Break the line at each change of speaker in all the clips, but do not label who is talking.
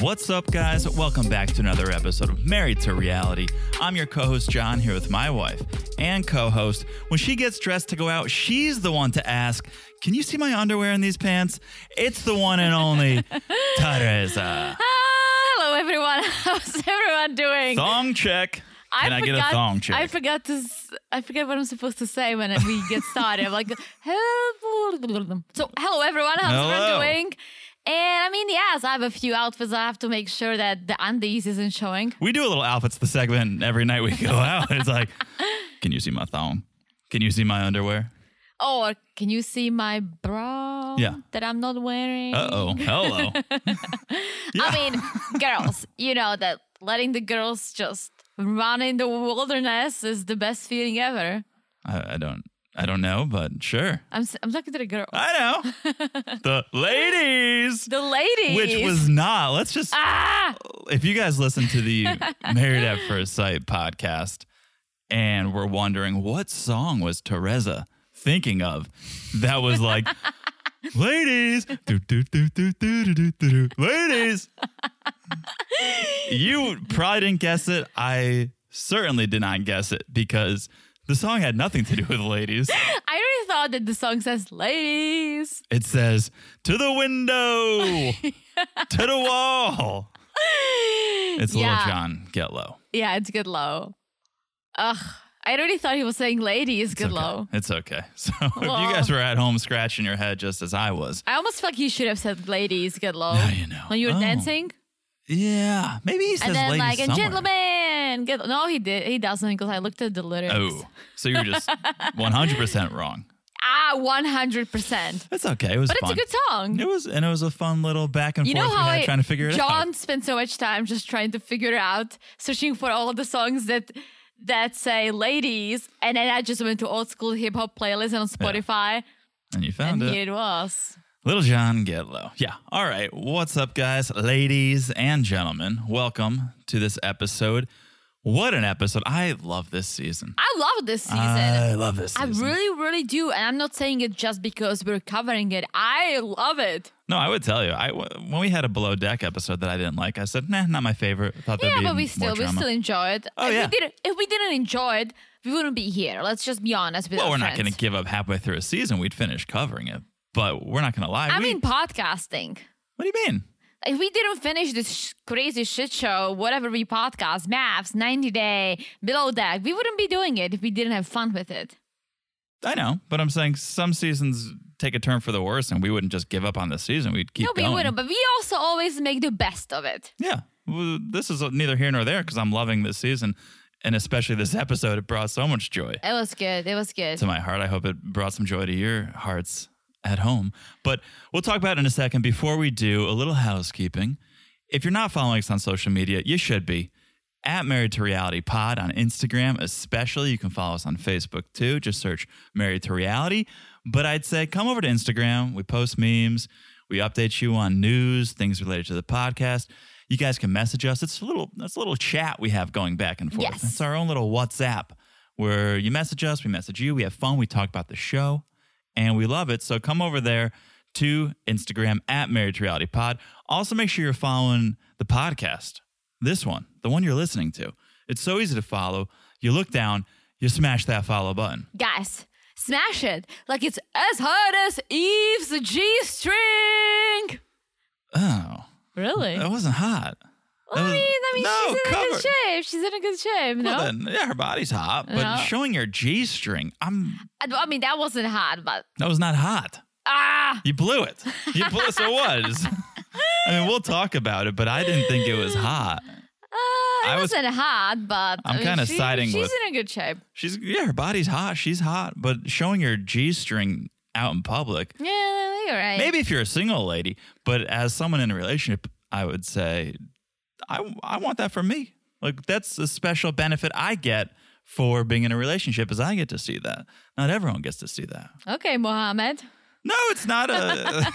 What's up, guys? Welcome back to another episode of Married to Reality. I'm your co host, John, here with my wife and co host. When she gets dressed to go out, she's the one to ask, Can you see my underwear in these pants? It's the one and only Teresa.
Hello, everyone. How's everyone doing?
Thong check. Can I, get a thong check?
I forgot to. s- I forget what I'm supposed to say when we get started. I'm like, hello. So, hello, everyone. How's
Hello.
everyone doing? And I mean, yes, I have a few outfits. I have to make sure that the undies isn't showing.
we do a little outfits the segment every night we go out. It's like, Can you see my thong? Can you see my underwear?
Or can you see my bra
Yeah.
that I'm not wearing?
Uh oh. Hello.
I mean, girls, you know that letting the girls just run in the wilderness is the best feeling ever.
I, I don't. I don't know, but sure.
I'm, s- I'm talking to the girl.
I know. the ladies.
The ladies.
Which was not. Let's just.
Ah!
If you guys listen to the Married at First Sight podcast and were wondering what song was Teresa thinking of, that was like, ladies, do, do, do, do, do, do, do, do, do, ladies. you probably didn't guess it. I certainly did not guess it because the song had nothing to do with ladies.
I already thought that the song says ladies.
It says, to the window, to the wall. It's
Yeah.
Little John, get low.
Yeah, it's good low. Ugh. I already thought he was saying ladies, good
It's okay.
low.
It's okay. So if you
Well-
guys were at home scratching your head just as I was,
I almost felt he should have said ladies, good low.
Now you know.
When you were
Oh.
dancing.
yeah, maybe he says
And then
ladies
like and
somewhere.
gentlemen. Good no, he did he doesn't because I looked at the lyrics.
Oh, so you were just 100% wrong.
Ah, one hundred percent.
That's okay. It was
But it's
fun.
a good song.
It was, and it was a fun little back and
You
forth
know
we
how
had
I,
trying to figure it
John
out.
spent so much time just trying to figure it out, searching for all the songs that that say ladies, and then I just went to old school hip hop playlist on Spotify,
And you found
and
it.
here it was.
Little John, get low. Yeah. All right. What's up, guys, ladies and gentlemen? Welcome to this episode. What an episode! I love this season.
I love this season.
I love this
I
season.
really, really do, and I'm not saying it just because we're covering it. I love it.
no, I would tell you. I when we had a below deck episode that I didn't like, I said, "Nah, not my favorite." I thought there'd
Yeah,
be
but we
more
still, we
drama.
still enjoy it.
Oh,
if
yeah.
we didn't, if we didn't enjoy it, we wouldn't be here. Let's just be honest with
well,
our
we're not
friends.
going to give up halfway through a season. We'd finish covering it, but we're not going to lie.
I
we,
mean, podcasting.
what do you mean?
if we didn't finish this sh- crazy shit show, whatever we podcast, maps, 90 day, below deck, we wouldn't be doing it if we didn't have fun with it.
I know, but I'm saying some seasons take a turn for the worse, and we wouldn't just give up on the season. We'd keep
no,
going.
we wouldn't, but we also always make the best of it.
Yeah. Well, this is neither here nor there because I'm loving this season and especially this episode. It brought so much joy
It was good. It was good.
to my heart. I hope it brought some joy to your hearts at home. But we'll talk about it in a second. Before we do, a little housekeeping. If you're not following us on social media, you should be. At Married to Reality Pod on Instagram, especially. You can follow us on Facebook too. Just search Married to Reality. But I'd say come over to Instagram. We post memes, we update you on news, things related to the podcast. You guys can message us. It's a little that's a little chat we have going back and forth.
Yes.
It's our own little WhatsApp where you message us, we message you, we have fun, we talk about the show and we love it. So come over there to Instagram at Marriage Reality Pod. Also, make sure you're following the podcast, this one, the one you're listening to. It's so easy to follow. You look down, you smash that follow button.
Guys, smash it like it's as hard as Eve's G string.
Oh,
Really?
that wasn't hot.
Well, I mean, I mean,
No,
she's in a
cover.
good shape. She's in a good shape. No,
Well, then, yeah, her body's hot, but
No.
showing your G string, I'm
I, I mean, that wasn't hot, but
that was not hot.
ah,
You blew it. You blew so what? I mean, we'll talk about it, but I didn't think it was hot.
uh, it
I was-
wasn't hot, but I
I'm
mean,
kinda
she-
siding
She's
with-
in a good shape.
She's yeah, her body's hot. She's hot, but showing your G string out in public,
Yeah, you're right.
maybe if you're a single lady, but as someone in a relationship, I would say, I I want that for me. Like that's a special benefit I get for being in a relationship is I get to see that. Not everyone gets to see that.
Okay, Mohammed.
No, it's not a.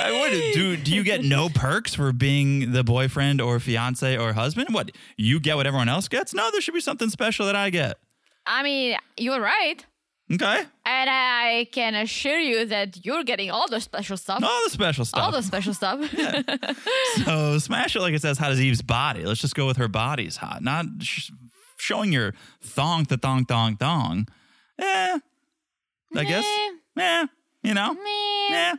I would do. Do you get no perks for being the boyfriend or fiance or husband? What you get what everyone else gets? No, there should be something special that I get.
I mean, you're right.
Okay.
And I can assure you that you're getting all the special stuff.
All the special stuff.
All the special stuff.
so smash it like it says hot as Eve's body. Let's just go with her body's hot, not sh- showing your thong to thong thong thong. Eh, I guess. Eh, you know.
Meh.
Eh.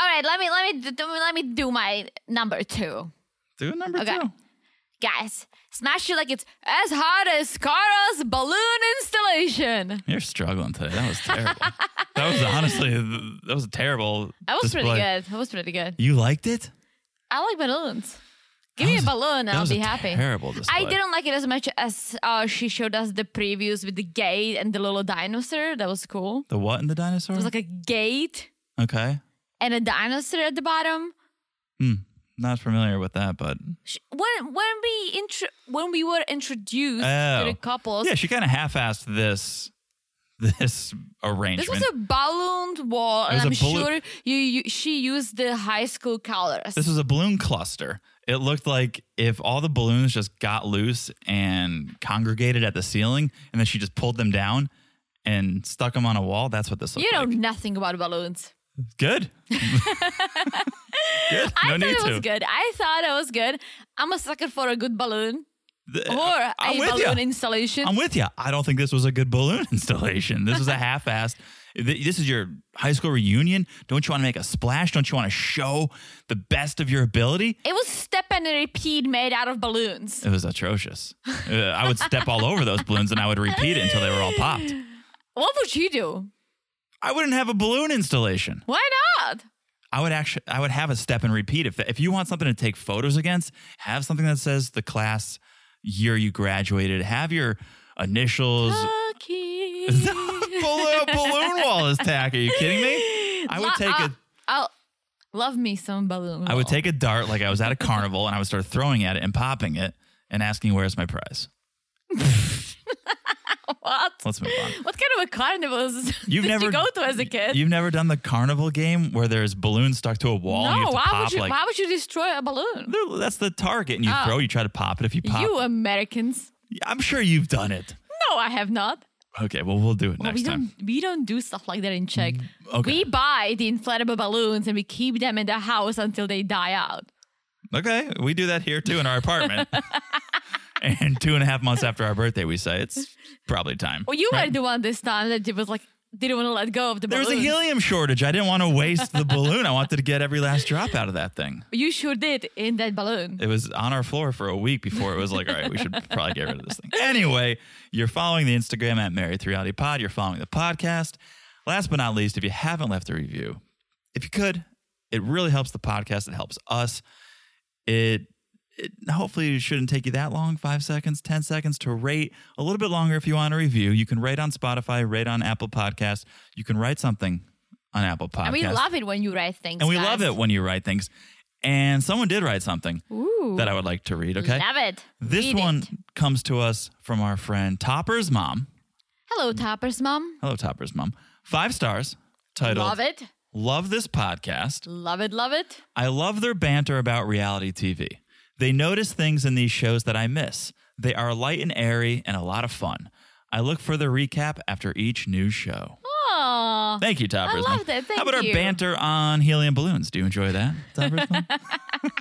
All right, let me let me d- d- let me do my number two,
Do number
Okay.
two.
guys. Smash it like it's as hard as Cara's balloon installation.
You're struggling today. That was terrible. that was honestly that was terrible.
That was pretty
display.
good. That was pretty good.
You liked it?
I like balloons. Give
That
me a
was a-
balloon and
that
I'll
was a
be happy.
terrible display.
I didn't like it as much as uh, she showed us the previews with the gate and the little dinosaur. That was cool.
The what in the dinosaur?
It was like a gate
okay.
and a dinosaur at the bottom.
Not familiar with that, but
She, when when we intro when we were introduced
Oh.
to the couples,
yeah, she kind of half-assed this this arrangement.
This was a balloon wall,
It
and
was
I'm
a balloon-
sure you, you she used the high school colors.
This was a balloon cluster. It looked like if all the balloons just got loose and congregated at the ceiling, and then she just pulled them down and stuck them on a wall. That's what this looked
you know
like.
nothing about balloons.
Good. good.
I
no
thought
need
it was
to.
good. I thought it was good. I'm a sucker for a good balloon
Th-
or
Uh, I'm
a
with
balloon
ya.
installation.
I'm with you. I don't think this was a good balloon installation. This was a half-assed. th- This is your high school reunion. Don't you want to make a splash? Don't you want to show the best of your ability?
it was step and repeat made out of balloons.
It was atrocious. Uh, I would step all over those balloons and I would repeat it until they were all popped.
What would you do?
I wouldn't have a balloon installation.
Why not?
I would actually, I would have a step and repeat. If if you want something to take photos against, have something that says the class year you graduated. Have your initials.
Lucky.
balloon, balloon wall is tack. Are you kidding me? I would
Lo-
take
I'll-
a,
uh, I'll- love me some balloon.
I would
wall.
take a dart like I was at a carnival and I would start throwing at it and popping it and asking where's my prize.
what?
Let's move on.
What kind of a carnival is
You've
did
never
you go to as a kid?
You've never done the carnival game where there's balloons stuck to a wall. and you have to
no, why
pop
would you?
like
why would you destroy a balloon?
They're- that's the target, and you
Oh.
throw. You try to pop it. If you pop,
You uh, Americans?
I'm sure you've done it.
No, I have not.
Okay, well we'll do it
Well,
next
we
time. Mm,
don't. We don't do stuff like that in Czech.
okay.
We buy the inflatable balloons and we keep them in the house until they die out.
Okay, we do that here too in our apartment. and two and a half months after our birthday, we say it's probably time.
Well, you
right?
were the one this time that was like didn't want to let go of the
There was
balloon.
a helium shortage. I didn't want to waste the balloon. I wanted to get every last drop out of that thing.
You sure did in that balloon.
It was on our floor for a week before it was like, all right, we should probably get rid of this thing. Anyway, you're following the Instagram at Married to Reality Pod. You're following the podcast. Last but not least, if you haven't left a review, if you could, it really helps the podcast. It helps us. It, it hopefully it shouldn't take you that long five seconds, 10 seconds to rate. A little bit longer if you want a review. You can rate on Spotify, rate on Apple Podcast. You can write something on Apple Podcast.
And we love it when you write things.
and we
guys.
love it when you write things. And someone did write something
Ooh,
that I would like to read. Okay.
love it.
This
Read it.
one comes to us from our friend Topper's mom.
Hello,
Mm.
Topper's mom.
Hello, Topper's mom. Five stars. Titled
Love it.
Love this podcast.
Love it. Love it.
I love their banter about reality TV. They notice things in these shows that I miss. They are light and airy and a lot of fun. I look for the recap after each new show.
Aww.
Thank you, Toppers.
Oh, I
Mom.
loved it.
How
Thank
about our
you.
banter on helium balloons? Do you enjoy that, Toppers? Mom?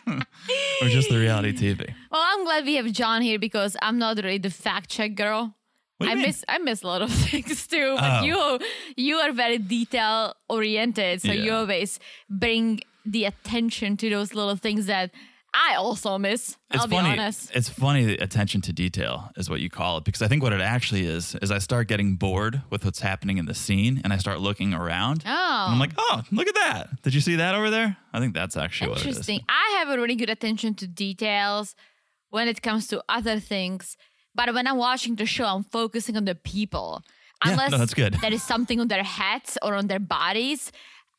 or just the reality TV?
Well, I'm glad we have John here because I'm not really the fact check girl.
What do you
I
mean?
miss I miss a lot of things too. But
Oh.
you you are very detail oriented, so you
Yeah.
always bring the attention to those little things that I also miss.
It's
I'll
funny.
be honest.
It's funny that attention to detail is what you call it because I think what it actually is is I start getting bored with what's happening in the scene and I start looking around.
Oh,
And I'm like, oh, look at that. Did you see that over there? I think that's actually what it is.
interesting. I have a really good attention to details when it comes to other things, but when I'm watching the show, I'm focusing on the people.
Yeah,
Unless
no, that's good.
there is something on their heads or on their bodies,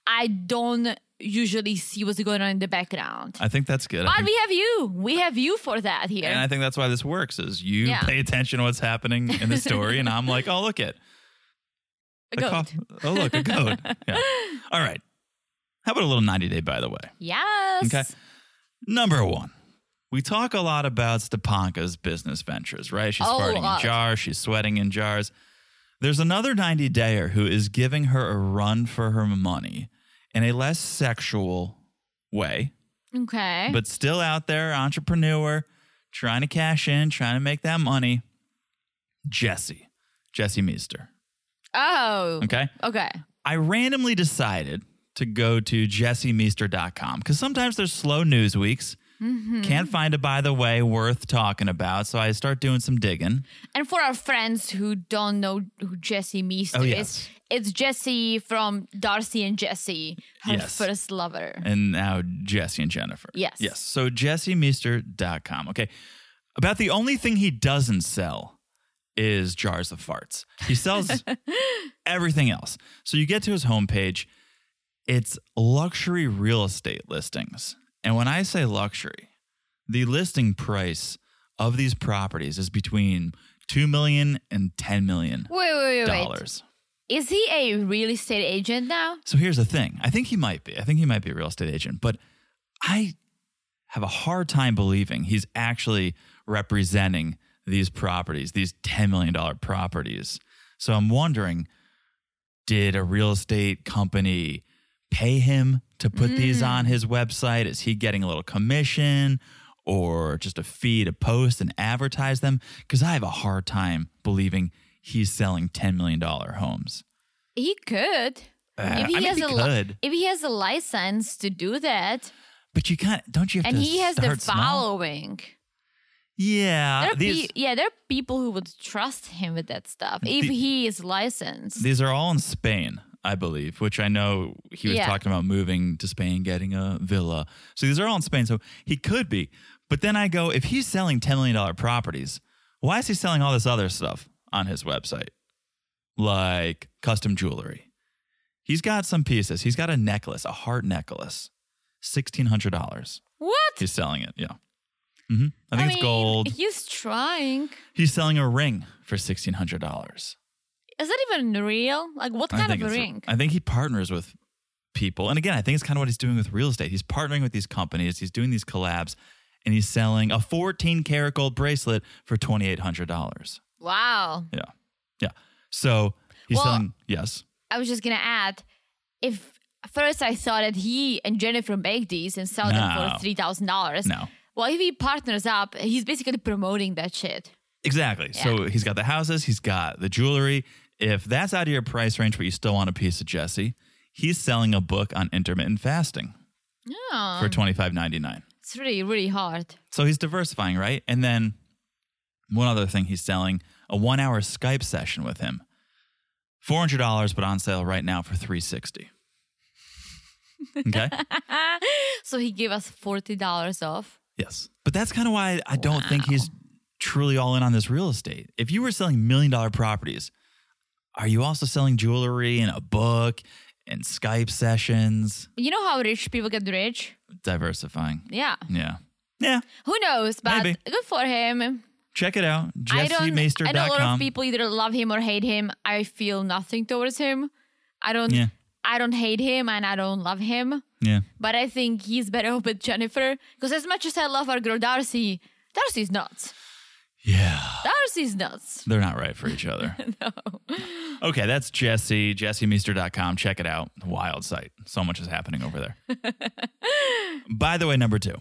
I don't usually see what's going on in the background.
I think that's good. I
But
think-
we have you. We have you for that here.
and I think that's why this works is you
Yeah.
pay attention to what's happening in the story and I'm like, oh, look it.
A
The
goat.
cough- oh, look, a goat. yeah. All right. How about a little 90 day, by the way?
Yes.
Okay. Number one, we talk a lot about Stepanka's business ventures, right? She's
A
farting
lot.
in jars, she's sweating in jars. There's another 90 dayer who is giving her a run for her money in a less sexual way,
Okay.
but still out there, entrepreneur, trying to cash in, trying to make that money. Jesse, Jesse Meester.
oh.
Okay.
Okay.
I randomly decided to go to jessemeester.com because sometimes there's slow news weeks. Can't find a by the way worth talking about. So I start doing some digging.
And for our friends who don't know who Jesse Meester
Oh, yes.
is, it's Jesse from Darcy and Jesse, her
Yes.
first lover.
And now Jesse and Jennifer.
Yes.
Yes. So jessemeester.com. Okay. About the only thing he doesn't sell is jars of farts. He sells everything else. So you get to his homepage, it's luxury real estate listings. And when I say luxury, the listing price of these properties is between 2 million and 10 million
Wait, wait, wait, wait.
dollars.
Is he a real estate agent now?
So here's the thing. I think he might be. I think he might be a real estate agent, but I have a hard time believing he's actually representing these properties, these $10 million properties. So I'm wondering did a real estate company pay him to put these on his website? Is he getting a little commission or just a fee to post and advertise them? Because I have a hard time believing he's selling $10 million homes.
He could.
Uh, I mean, he
a li-
could.
if he has a license to do that,
But you can't, don't you have
and
to
he has the
start small?
following,
Yeah.
there are
These,
pe- yeah, there are people who would trust him with that stuff if
The-
he is licensed.
these are all in Spain, I believe, which I know he was
Yeah.
talking about moving to Spain, getting a villa. So these are all in Spain. So he could be. But then I go, if he's selling $10 million properties, why is he selling all this other stuff on his website? Like custom jewelry. He's got some pieces. He's got a necklace, a heart necklace, $1,600.
what?
He's selling it. Yeah. hmm I think it's
mean,
gold.
He's trying.
He's selling a ring for sixteen hundred dollars.
Is that even real? Like, what kind of ring?
I think he partners with people, and again, I think it's kind of what he's doing with real estate. He's partnering with these companies. He's doing these collabs, and he's selling a fourteen karat gold bracelet for twenty eight hundred dollars.
wow.
Yeah, yeah. So he's
Well-
selling. Yes,
I was just gonna add, if first I thought that he and Jennifer make these and sell them
No.
for three thousand dollars.
No.
Well, if he partners up, he's basically promoting that shit.
exactly. So he's got the houses. He's got the jewelry. If that's out of your price range, but you still want a piece of Jesse, he's selling a book on intermittent fasting
Yeah,
for twenty five ninety nine.
it's really really hard.
So he's diversifying, right? And then one other thing he's selling a one hour Skype session with him. Four hundred dollars, but on sale right now for three sixty. Okay.
So he gave us forty dollars off.
yes, but that's kind of why I don't think he's truly all in on this real estate. If you were selling million dollar properties, are you also selling jewelry and a book and Skype sessions?
You know how rich people get rich?
Diversifying.
Yeah.
Yeah. Yeah.
Who knows? But
Maybe.
good for him.
Check it out.
I don't. I know a lot of
JesseMeester.com.
people either love him or hate him. I feel nothing towards him. I don't.
Yeah.
I don't hate him and I don't love him.
Yeah.
But I think he's better off with Jennifer because as much as I love our girl Darcy, Darcy's nuts.
Yeah.
Darcy's nuts.
They're not right for each other. no. Okay, that's Jesse, jessemeester.com. Check it out. Wild site. So much is happening over there. By the way, number two,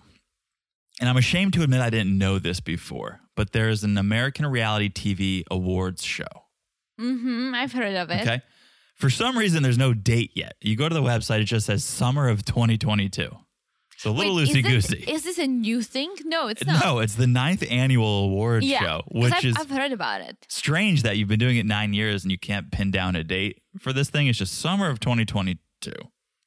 and I'm ashamed to admit I didn't know this before, but there is an American reality TV awards show.
Mm, I've heard of it.
Okay. For some reason, there's no date yet. You go to the website, it just says summer of 2022. So a little
Wait, is
loosey
that-
goosey.
Is this a new thing? No, it's not.
No, it's the ninth annual award
yeah,
show,
'cause
which
I've,
is
I've heard about it.
strange that you've been doing it nine years and you can't pin down a date for this thing. It's just summer of 2022.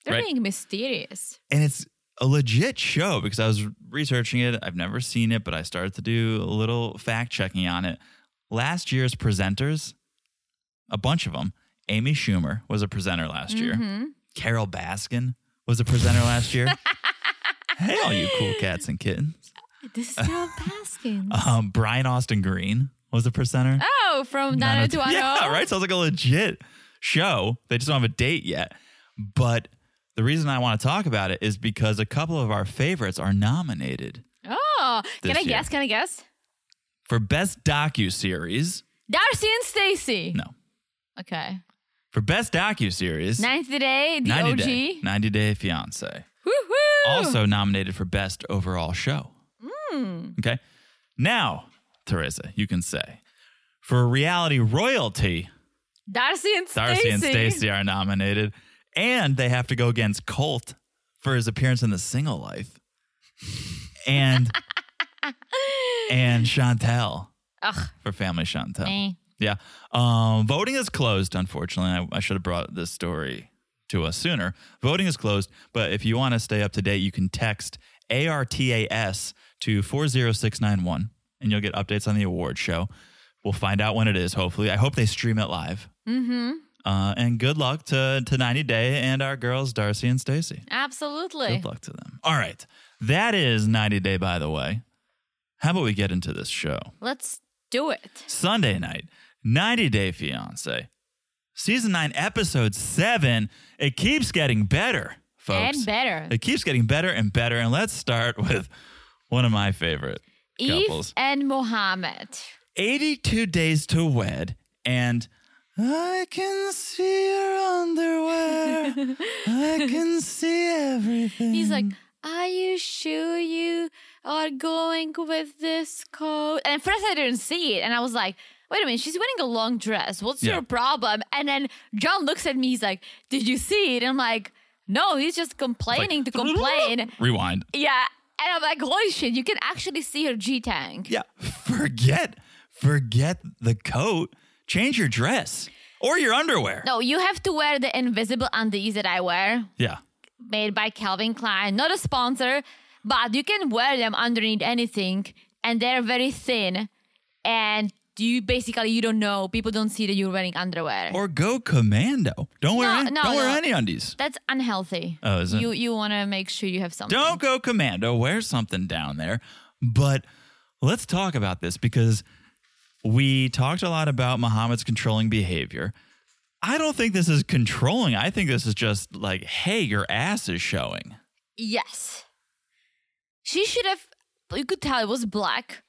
They're
Right.
being mysterious.
And it's a legit show because I was researching it. I've never seen it, but I started to do a little fact checking on it. Last year's presenters, a bunch of them, Amy Schumer was a presenter last year, Carol Baskin was a presenter last year. hey, all you cool cats and kittens.
This is Carol Baskin.
Um, Brian Austin Green was a presenter.
oh, from Nano to
Yeah, right. Sounds like a legit show. They just don't have a date yet. But the reason I want to talk about it is because a couple of our favorites are nominated
Oh,
This
can I
year.
guess? Can I guess?
for best docu series.
Darcy and Stacy.
No,
Okay.
For best docu series,
90 Day, the
90
OG.
Day, 90 Day Fiance,
Woo-hoo!
also nominated for best overall show.
Hmm.
Okay, now Teresa, you can say for reality royalty,
Darcy and Stacy.
Darcy and Stacy are nominated, and they have to go against Colt for his appearance in The Single Life, and and Chantel
Ugh,
for Family Chantel.
me.
Yeah. Um, voting is closed, unfortunately. I, I should have brought this story to us sooner. Voting is closed, but if you want to stay up to date, you can text ARTAS to 40691 and you'll get updates on the award show. We'll find out when it is, hopefully. I hope they stream it live.
Mm-hmm.
Uh, and good luck to, to 90 Day and our girls, Darcy and Stacy.
Absolutely.
Good luck to them. All right. That is 90 Day, by the way. How about we get into this show?
Let's do it.
Sunday night, 90 Day Fiance, season nine, episode seven. It keeps getting better, folks.
And better.
It keeps getting better and better. And let's start with one of my favorite
Eve
couples
and Mohammed.
82 Days to Wed, and I can see your underwear. I can see everything.
He's like, Are you sure you are going with this coat? And at first I didn't see it. And I was like, Wait a minute, she's wearing a long dress. What's
Yeah.
your problem? And then John looks at me. He's like, Did you see it? And I'm like, No, he's just complaining to complain.
Rewind.
yeah. And I'm like, Holy shit, you can actually see her G Tank.
Yeah. Forget, forget the coat. Change your dress or your underwear.
No, you have to wear the invisible undies that I wear.
Yeah.
made by Calvin Klein, not a sponsor, but you can wear them underneath anything and they're very thin and you basically you don't know people don't see that you're wearing underwear.
or go commando. Don't wear
No,
any,
no,
don't wear
no.
any undies.
That's unhealthy.
Oh, is it?
You you want to make sure you have something.
Don't go commando. Wear something down there. But let's talk about this because we talked a lot about Muhammad's controlling behavior. I don't think this is controlling. I think this is just like, hey, your ass is showing.
Yes. She should have you could tell it was black.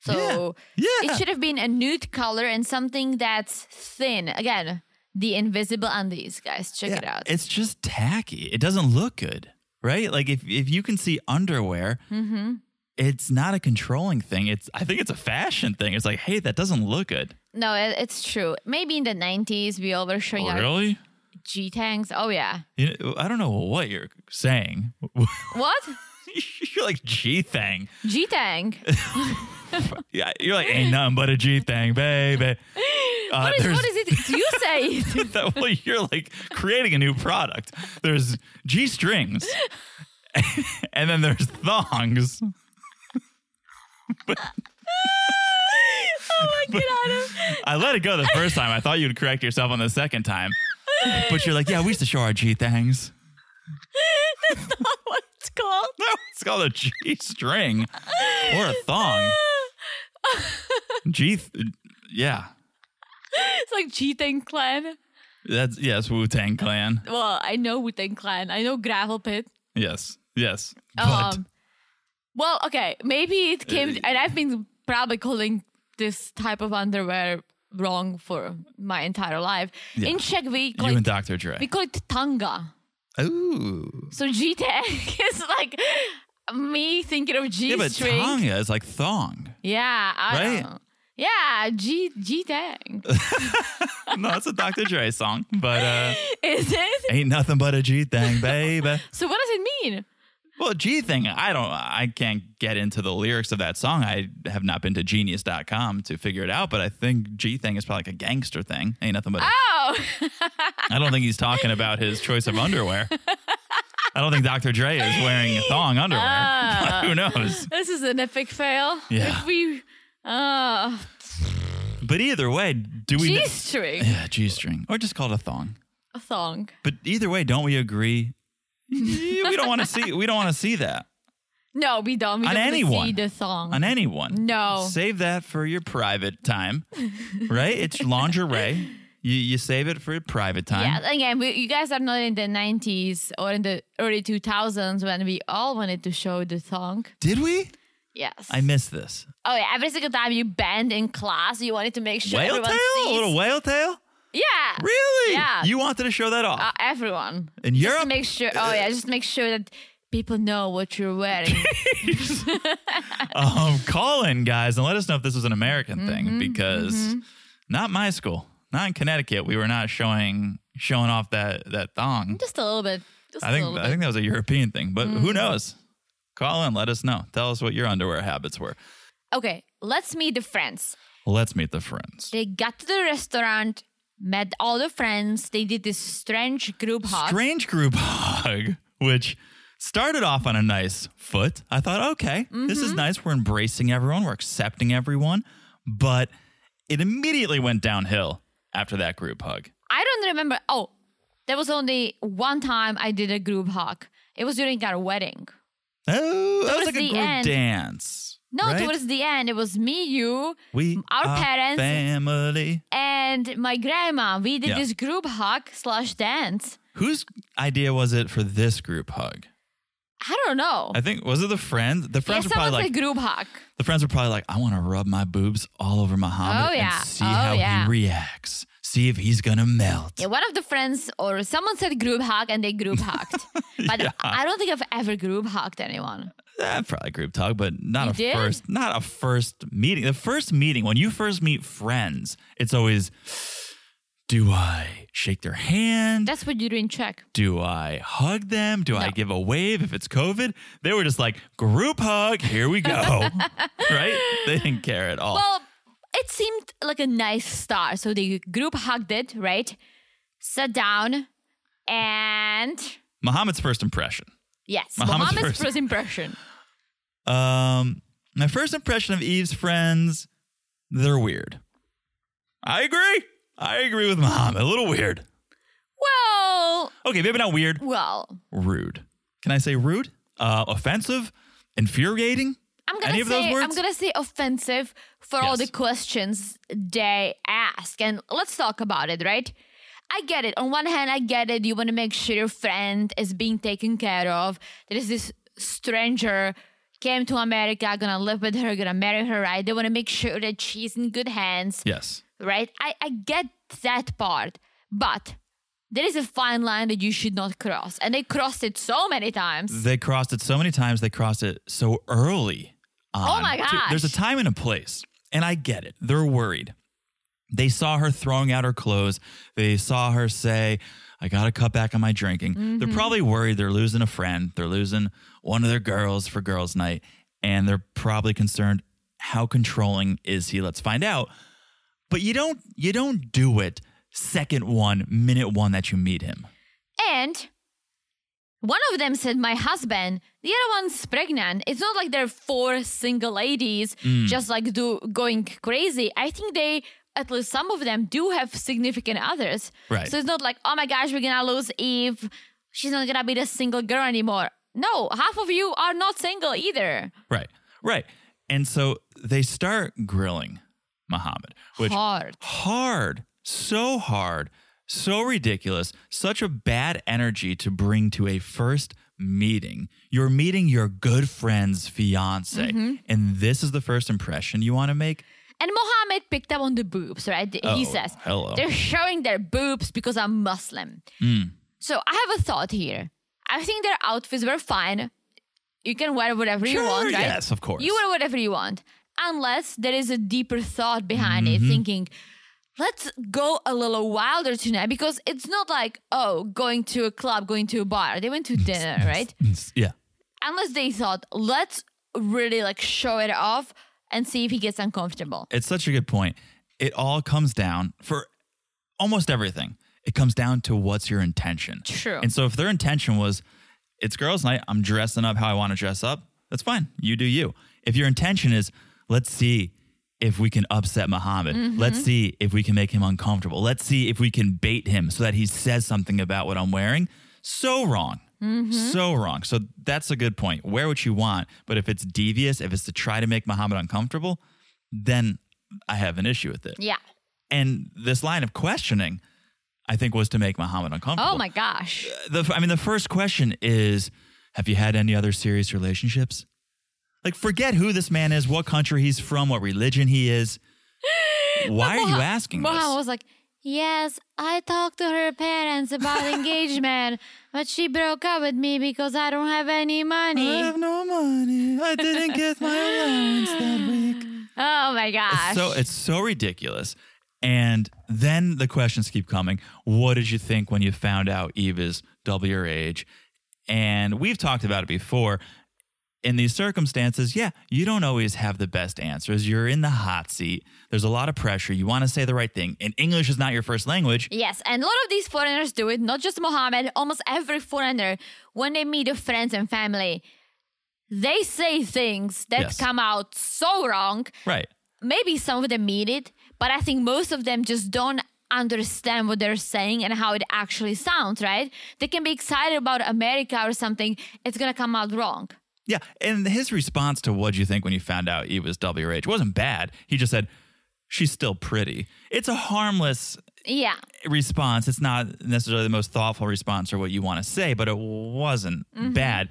So
Yeah. Yeah.
it should have been a nude color and something that's thin. Again, the invisible undies, guys. Check it out.
It's just tacky. It doesn't look good, right? Like if, if you can see underwear,
Mm-hmm.
it's not a controlling thing. It's I think it's a fashion thing. It's like, hey, that doesn't look good.
No, it, it's true. Maybe in the 90s, we all were showing our
Oh, Really?
G tanks. Oh, yeah.
You know, I don't know what you're saying.
What?
you're like G thing.
G tank.
Yeah, you're like ain't nothing but a G thing, baby. Uh,
What is,
there's-
what is it? Do you say it?
that- well, you're like creating a new product. There's G strings, and then there's thongs.
oh, my God.
I let it go the first time. I thought you'd correct yourself on the second time, but you're like, yeah, we used to show our G things.
That's not what it's called.
No, it's called a G string or a thong. G, th- yeah,
It's like G tank clan.
that's yes, Wu Tang Clan.
Well, I know Wu Tang clan. I know Gravel Pit.
Yes, yes.
Um, well, okay. Maybe it came, and I've been probably calling this type of underwear wrong for my entire life.
Yeah.
In Czech, we
but
call,
you
it,
and Dr. Dre.
we call it tanga.
Ooh.
So G tag is like me thinking of G
Yeah, but
string.
Tanga is like thong.
yeah, I
Right?
know. Yeah, G G tag.
No, that's a Dr. Dre song, but uh,
is it?
ain't nothing but a G thing, baby.
So what does it mean?
Well, G thing, I don't, I can't get into the lyrics of that song. I have not been to genius.com to figure it out, but I think G thing is probably like a gangster thing. Ain't nothing but, I
Oh,
I don't think he's talking about his choice of underwear. I don't think Dr. Dre is wearing thong underwear.
Ah.
Who knows?
this is an epic fail.
Yeah.
If we, uh,
But either way, do we?
G string
yeah, G string. Or just call it a thong.
a thong.
But either way, don't we agree? we don't want to see. We don't want to see that
No, we don't. We
On
don't wanna
anyone.
see the thong.
on anyone.
No.
save that for your private time, right? It's lingerie. You you save it for your private time.
yeah, again, we, you guys are not in the 90s or in the early 2000s when we all wanted to show the thong.
Did we?
Yes.
I missed this.
Oh yeah, every single time you bend in class, you wanted to make sure
Whale
everyone
tail?
sees.
A little whale tail?
Yeah.
Really?
Yeah.
You wanted to show that off
Uh, everyone.
in
Just
Europe.
make sure. Oh yeah, just make sure that people know what you're wearing.
um, call in, guys, and let us know if this was an American
Mm-hmm,
thing because not my school, not in Connecticut. We were not showing showing off that that thong.
just a little bit. Just
I
a
think
little
I
bit. Mm-hmm.
think that was a European thing, but who knows? Call in, let us know. Tell us what your underwear habits were.
okay, let's meet the friends.
Let's meet the friends.
They got to the restaurant, met all the friends. They did this strange group hug.
Strange group hug, which started off on a nice foot. I thought, okay, this
Mm-hmm.
is nice. We're embracing everyone, we're accepting everyone, but it immediately went downhill after that group hug.
I don't remember. Oh, there was only one time I did a group hug. It was during our wedding.
Oh, that was
Towards
like a
the
group
end.
dance.
No,
right?
towards the end, it was me, you,
we
our
are
parents.
family.
and my grandma. We did
Yeah.
this group hug slash dance.
Whose idea was it for this group hug?
I don't know.
I think was it the friends? The
Yeah,
friends were
someone
probably like
said group hug.
the friends were probably like, I want to rub my boobs all over Muhammad
Oh, yeah.
and see
Oh,
how
yeah.
he reacts. See if he's gonna melt.
Yeah, one of the friends or someone said group hug and they group hugged. But
Yeah.
I don't think I've ever group hugged anyone.
Eh, probably group talk, but not
You
a
did?
first not a first meeting. The first meeting, when you first meet friends, it's always do I shake their hand?
That's what you do in Czech.
do I hug them? Do I give a wave if it's COVID? They were just like, group hug, here we go. right? They didn't care at all.
Well, it seemed like a nice start. So the group hugged it, right? Sat down and
Muhammad's first impression.
yes,
Muhammad's
Muhammad's,
first-
first. impression.
Um, my first impression of Eve's friends, they're weird. I agree. I agree with Muhammad. A little weird.
Well,
Okay, maybe not weird.
well,
Rude. Can I say rude? Uh, offensive? Infuriating?
I'm gonna
Any of those
say I'm
words?
gonna say offensive for all the
Yes.
questions they ask, and let's talk about it, right? I get it. On one hand, I get it. You want to make sure your friend is being taken care of. There is this stranger came to America, gonna live with her, gonna marry her, right? They want to make sure that she's in good hands,
Yes.
right? I, I get that part, but there is a fine line that you should not cross, and they crossed it so many times.
They crossed it so many times. They crossed it so early. On.
Oh my
too.
gosh.
There's a time and a place, and I get it. They're worried. They saw her throwing out her clothes. They saw her say, "I got to cut back on my drinking."
Mm-hmm.
They're probably worried they're losing a friend. They're losing one of their girls for girls' night, and they're probably concerned. How controlling is he? Let's find out. But you don't you don't do it second one, minute one that you meet him.
And one of them said, My husband. The other one's pregnant. It's not like they're four single ladies
Mm.
just like do going crazy. I think they at least some of them do have significant others.
Right.
So it's not like, oh my gosh, we're gonna lose Eve. She's not gonna be the single girl anymore. No, half of you are not single either.
Right. Right. And so they start grilling Muhammad, which
Hard.
hard, so hard, so ridiculous, such a bad energy to bring to a first meeting. You're meeting your good friend's fiance,
Mm-hmm.
and this is the first impression you want to make.
And Mohammed picked up on the boobs, right?
Oh,
he says,
hello. Mm.
They're showing their boobs because I'm Muslim. So I have a thought here. I think their outfits were fine. You can wear whatever you want, right?
Yes, of course.
You wear whatever you want. Unless there is a deeper thought behind
Mm-hmm.
it, thinking, let's go a little wilder tonight because it's not like, oh, going to a club, going to a bar. They went to dinner, right?
yeah.
Unless they thought, let's really like show it off and see if he gets uncomfortable.
It's such a good point. It all comes down for almost everything. It comes down to what's your intention.
True.
And so if their intention was, it's girls' night, I'm dressing up how I want to dress up, that's fine. You do you. If your intention is, let's see if we can upset Muhammad, let's see if we can make him uncomfortable, let's see if we can bait him so that he says something about what I'm wearing, so wrong. So wrong. So that's a good point. Wear what you want, but if it's devious, if it's to try to make Muhammad uncomfortable, then I have an issue with it.
Yeah.
And this line of questioning, I think, was to make Muhammad uncomfortable.
Oh my gosh.
The, I mean, the first question is Have you had any other serious relationships? Like, forget who this man is, what country he's from, what religion he is. Why are you asking
Mohammed
this?
was like, Yes, I talked to her parents about engagement, but she broke up with me because I don't have any money.
no money. I didn't get my allowance that week.
Oh my gosh.
So it's so ridiculous. And then the questions keep coming. What did you think when you found out Eve is double your age? And we've talked about it before. In these circumstances, yeah, you don't always have the best answers. You're in the hot seat. There's a lot of pressure. You want to say the right thing. And English is not your first language.
Yes, and a lot of these foreigners do it, not just Mohammed, almost every foreigner, when they meet their friends and family, they say things that
Yes.
come out so wrong.
Right.
Maybe some of them mean it, but I think most of them just don't understand what they're saying and how it actually sounds, right? They can be excited about America or something, it's gonna come out wrong.
Yeah, and his response to what you think when you found out Eve was double your age wasn't bad. He just said, "She's still pretty." It's a harmless
Yeah.
response. It's not necessarily the most thoughtful response or what you want to say, but it wasn't bad.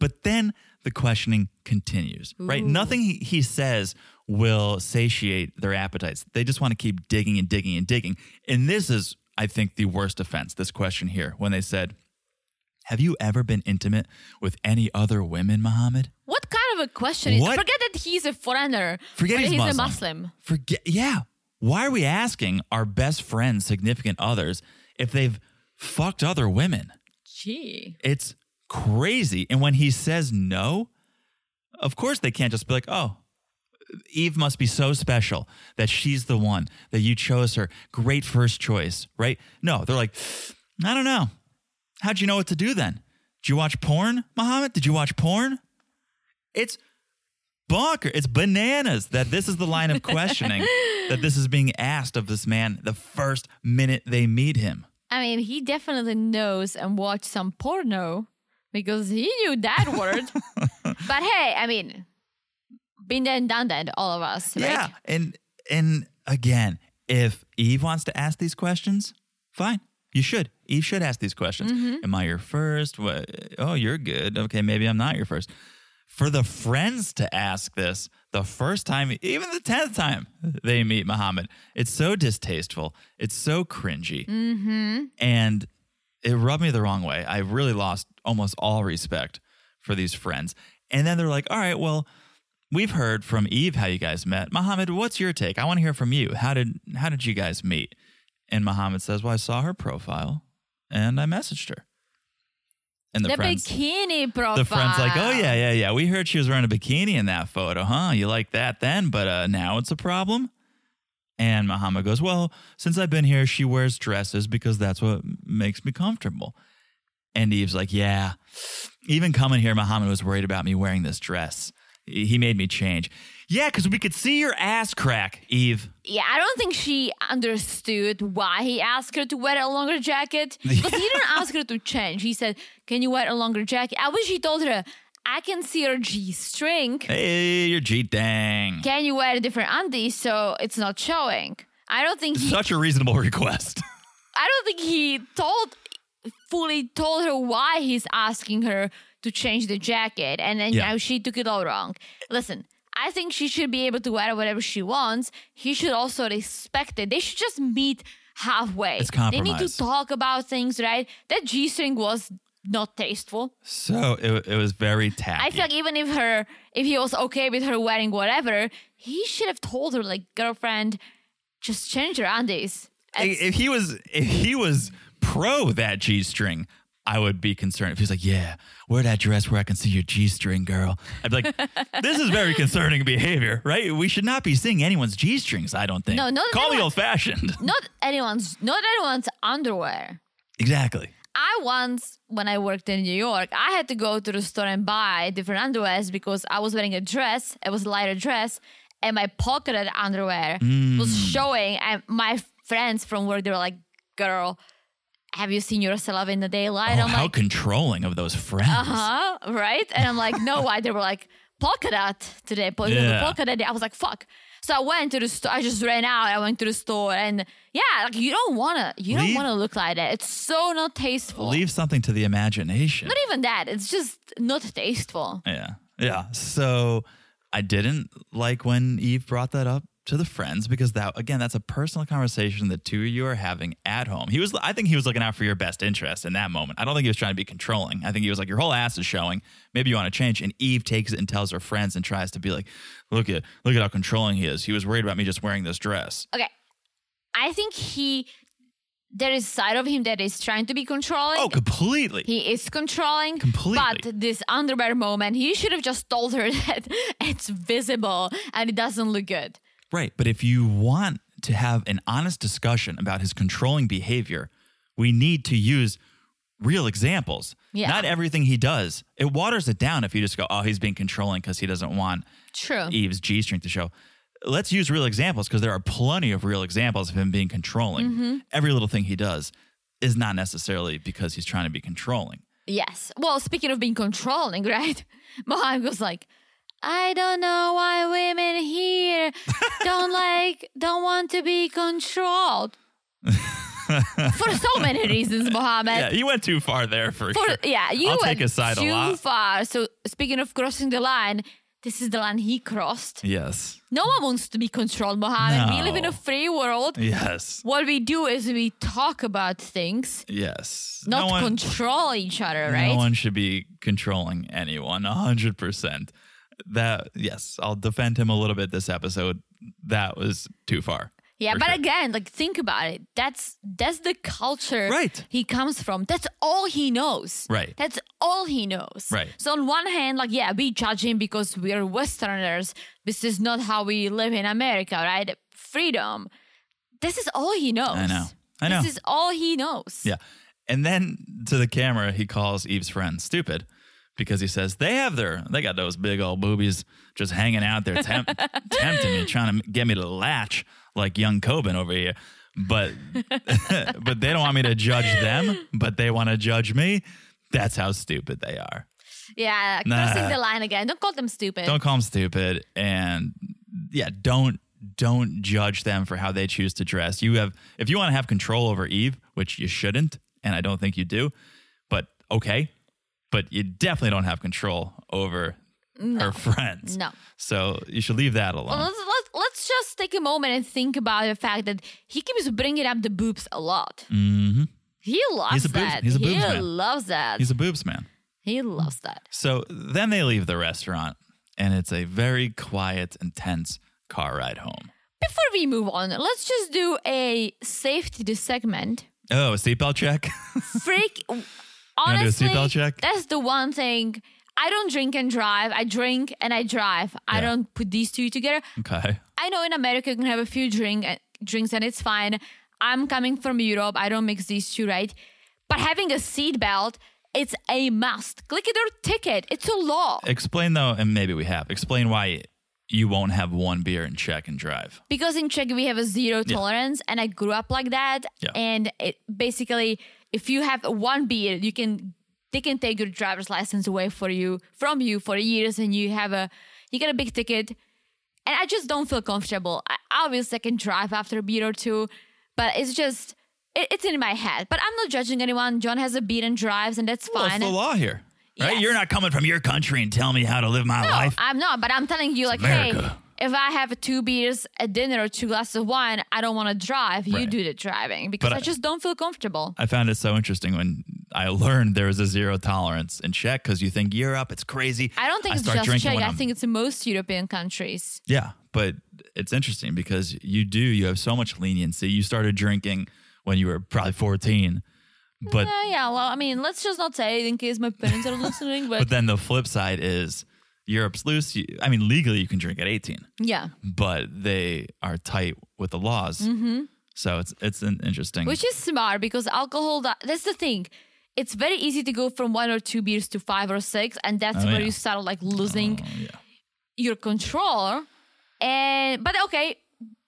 But then the questioning continues, right? Nothing he, he says will satiate their appetites. They just want to keep digging and digging and digging. And this is, I think, the worst offense. This question here, when they said. Have you ever been intimate with any other women, Mohammed?
What kind of a question is
What?
Forget that he's a foreigner.
Forget
but
he's,
he's
Muslim.
a Muslim.
Forget. Yeah. Why are we asking our best friends, significant others, if they've fucked other women?
Gee.
It's crazy. And when he says no, of course they can't just be like, oh, Eve must be so special that she's the one that you chose her. Great first choice, right? No, they're like, I don't know. How'd you know what to do then? Did you watch porn, Mohammed? Did you watch porn? It's bonker. It's bananas that this is the line of questioning that this is being asked of this man the first minute they meet him.
I mean, he definitely knows and watched some porno because he knew that word. but hey, I mean, been there and done that, all of us, right?
Yeah, and and again, if Eve wants to ask these questions, fine. You should. Eve should ask these questions.
Mm-hmm.
Am I your first? What? Oh, you're good. Okay, maybe I'm not your first. For the friends to ask this the first time, even the tenth time they meet Muhammad, it's so distasteful. It's so cringy, mm-hmm. and it rubbed me the wrong way. I really lost almost all respect for these friends. And then they're like, "All right, well." We've heard from Eve how you guys met. Mohammed, what's your take? I want to hear from you. How did how did you guys meet? And Mohammed says, "Well, I saw her profile and I messaged her." And the,
The
friends,
bikini profile.
the friends, like, "Oh yeah, yeah, yeah. We heard she was wearing a bikini in that photo, huh? You like that then, but uh, now it's a problem." And Mohammed goes, "Well, since I've been here, she wears dresses because that's what makes me comfortable." And Eve's like, Yeah, even coming here, Muhammad was worried about me wearing this dress. He made me change. Yeah, because we could see your ass crack, Eve.
Yeah, I don't think she understood why he asked her to wear a longer jacket. Because he didn't ask her to change. He said, Can you wear a longer jacket? I wish he told her, I can see your G string.
Hey, you're G dang.
Can you wear a different undies so it's not showing? I don't think he
Such a reasonable request.
I don't think he told fully told her why he's asking her to change the jacket and then
Yeah.
now she took it all wrong. Listen, I think she should be able to wear whatever she wants. He should also respect it. They should just meet halfway.
It's
They need
compromise.
to talk about things, right? That G string was not tasteful.
so it, it was very tacky.
I feel like even if her if he was okay with her wearing whatever, he should have told her like girlfriend, just change your undies.
if if he was if he was pro that G string, I would be concerned. If he's like, "Yeah, wear that dress where I can see your G string, girl," I'd be like, "This is very concerning behavior, right? We should not be seeing anyone's G strings. I don't think.
No, no, no,
Call me
no.
old fashioned.
not anyone's not anyone's underwear.
exactly.
I once, when I worked in New York, I had to go to the store and buy different underwears because I was wearing a dress. It was a lighter dress, and my pocketed underwear was showing. And my friends from work, they were like, "Girl, have you seen yourself in the
Oh,
daylight?" I'm
how
like, Uh-huh.
controlling of those friends.
"Huh?" Right? And I'm like, "No, why?" They were like, "Polka dot today, polka
Yeah.
polka dot." I was like, "Fuck." So I went to the store. I just ran out. I went to the store, and yeah, like you don't wanna, you don't
Leave-
wanna look like that. It's so not tasteful.
Leave something to the imagination.
Not even that. It's just not tasteful.
Yeah. Yeah. So I didn't like when Eve brought that up to the friends because that again that's a personal conversation the two of you are having at home. He was I think he was looking out for your best interest in that moment. I don't think he was trying to be controlling. I think he was like your whole ass is showing. Maybe you want to change and Eve takes it and tells her friends and tries to be like look at look at how controlling he is. He was worried about me just wearing this dress.
Okay. I think he there is side of him that is trying to be controlling.
Oh, completely.
He is controlling.
Completely.
But this underwear moment, he should have just told her that it's visible and it doesn't look good.
Right. But if you want to have an honest discussion about his controlling behavior, we need to use real examples.
Yeah.
Not everything he does. It waters it down if you just go, oh, he's being controlling because he doesn't want
True.
Eve's G string to show. Let's use real examples because there are plenty of real examples of him being controlling.
Mm-hmm.
Every little thing he does is not necessarily because he's trying to be controlling.
Yes. Well, speaking of being controlling, right? Mom was like, I don't know why women here don't like, don't want to be controlled. For so many reasons, Mohammed.
Yeah, you went too far there for,
For-
sure.
yeah, you
I'll
went
take his side
too
a lot.
far. So speaking of crossing the line, this is the line he crossed.
Yes.
No one wants to be controlled, Mohammed. We live in a
No.
free world.
Yes.
What we do is we talk about things,
Yes.
not
no one,
control each other, right?
No one should be controlling anyone. hundred percent. That yes, I'll defend him a little bit this episode. That was too far.
yeah,
for
but
sure.
again, like think about it. That's that's the culture
Right.
he comes from. That's all he knows.
Right.
That's all he knows.
Right.
So on one hand, like yeah, we judge him because we're Westerners. This is not how we live in America, right? Freedom. This is all he knows.
I know. I know.
This is all he knows.
Yeah. And then to the camera, he calls Eve's friend stupid because he says they have their they got those big old boobies just hanging out there temp- tempting me, trying to get me to latch like young Coben over here. But but they don't want me to judge them, but they want to judge me. That's how stupid they are.
Yeah, crossing
Nah.
the line again. Don't call them stupid.
don't call them stupid and yeah don't don't judge them for how they choose to dress you have if you want to have control over eve which you shouldn't and i don't think you do but okay but you definitely don't have control over her friends
No.
so you should leave that alone
Let's, let's, let's just take a moment and think about the fact that he keeps bringing up the boobs a lot. Mm-hmm. He loves
He's a boobs-
that.
he's a
he
boobs man.
loves that.
he's a boobs man
he loves that.
so then they leave the restaurant and it's a very quiet and tense car ride home
Before we move on, let's just do a safety segment.
oh a seatbelt check
Freak,
wanna do a
honestly,
seatbelt check?
that's the one thing. I don't drink and drive. I drink and I drive. I
Yeah.
don't put these two together.
okay
I know in America you can have a few drink uh, drinks and it's fine. I'm coming from Europe. I don't mix these two, right? But having a seat belt, it's a must. Click it or ticket. It's a law
explain though and maybe we have explain why you won't have one beer and check and drive
because in Czech we have a zero tolerance, and I grew up like that.
Yeah.
And it basically, if you have one beer, you can they can take your driver's license away for you from you for years, and you have a you get a big ticket. And I just don't feel comfortable. I, obviously, I can drive after a beer or two, but it's just it, it's in my head. But I'm not judging anyone. John has a beer and drives, and that's
Well, it's
fine.
the law here, right?
Yes.
You're not coming from your country and telling me how to live my
No,
life.
I'm not, but I'm telling you, like,
America.
hey, if I have two beers at dinner or two glasses of wine, I don't want to drive. You
Right.
do the driving because
But
I,
I-
just don't feel comfortable.
I found it so interesting when I learned there was a zero tolerance in Czech because you think Europe, it's crazy.
I don't think it's
start
just
drinking
Czech.
when
I
I'm-
think it's in most European countries.
yeah, but it's interesting because you do you have so much leniency. You started drinking when you were probably 14, but
Yeah, Uh, yeah. Well, I mean, let's just not say it in case my parents are listening, but,
but then the flip side is Europe's loose. You, I mean, legally you can drink at 18.
yeah,
but they are tight with the laws. So it's it's an interesting.
Mm-hmm. which is smart because alcohol. That, that's the thing. It's very easy to go from one or two beers to five or six, and that's
Oh,
where
yeah.
you start like losing
Oh, yeah.
your control and but okay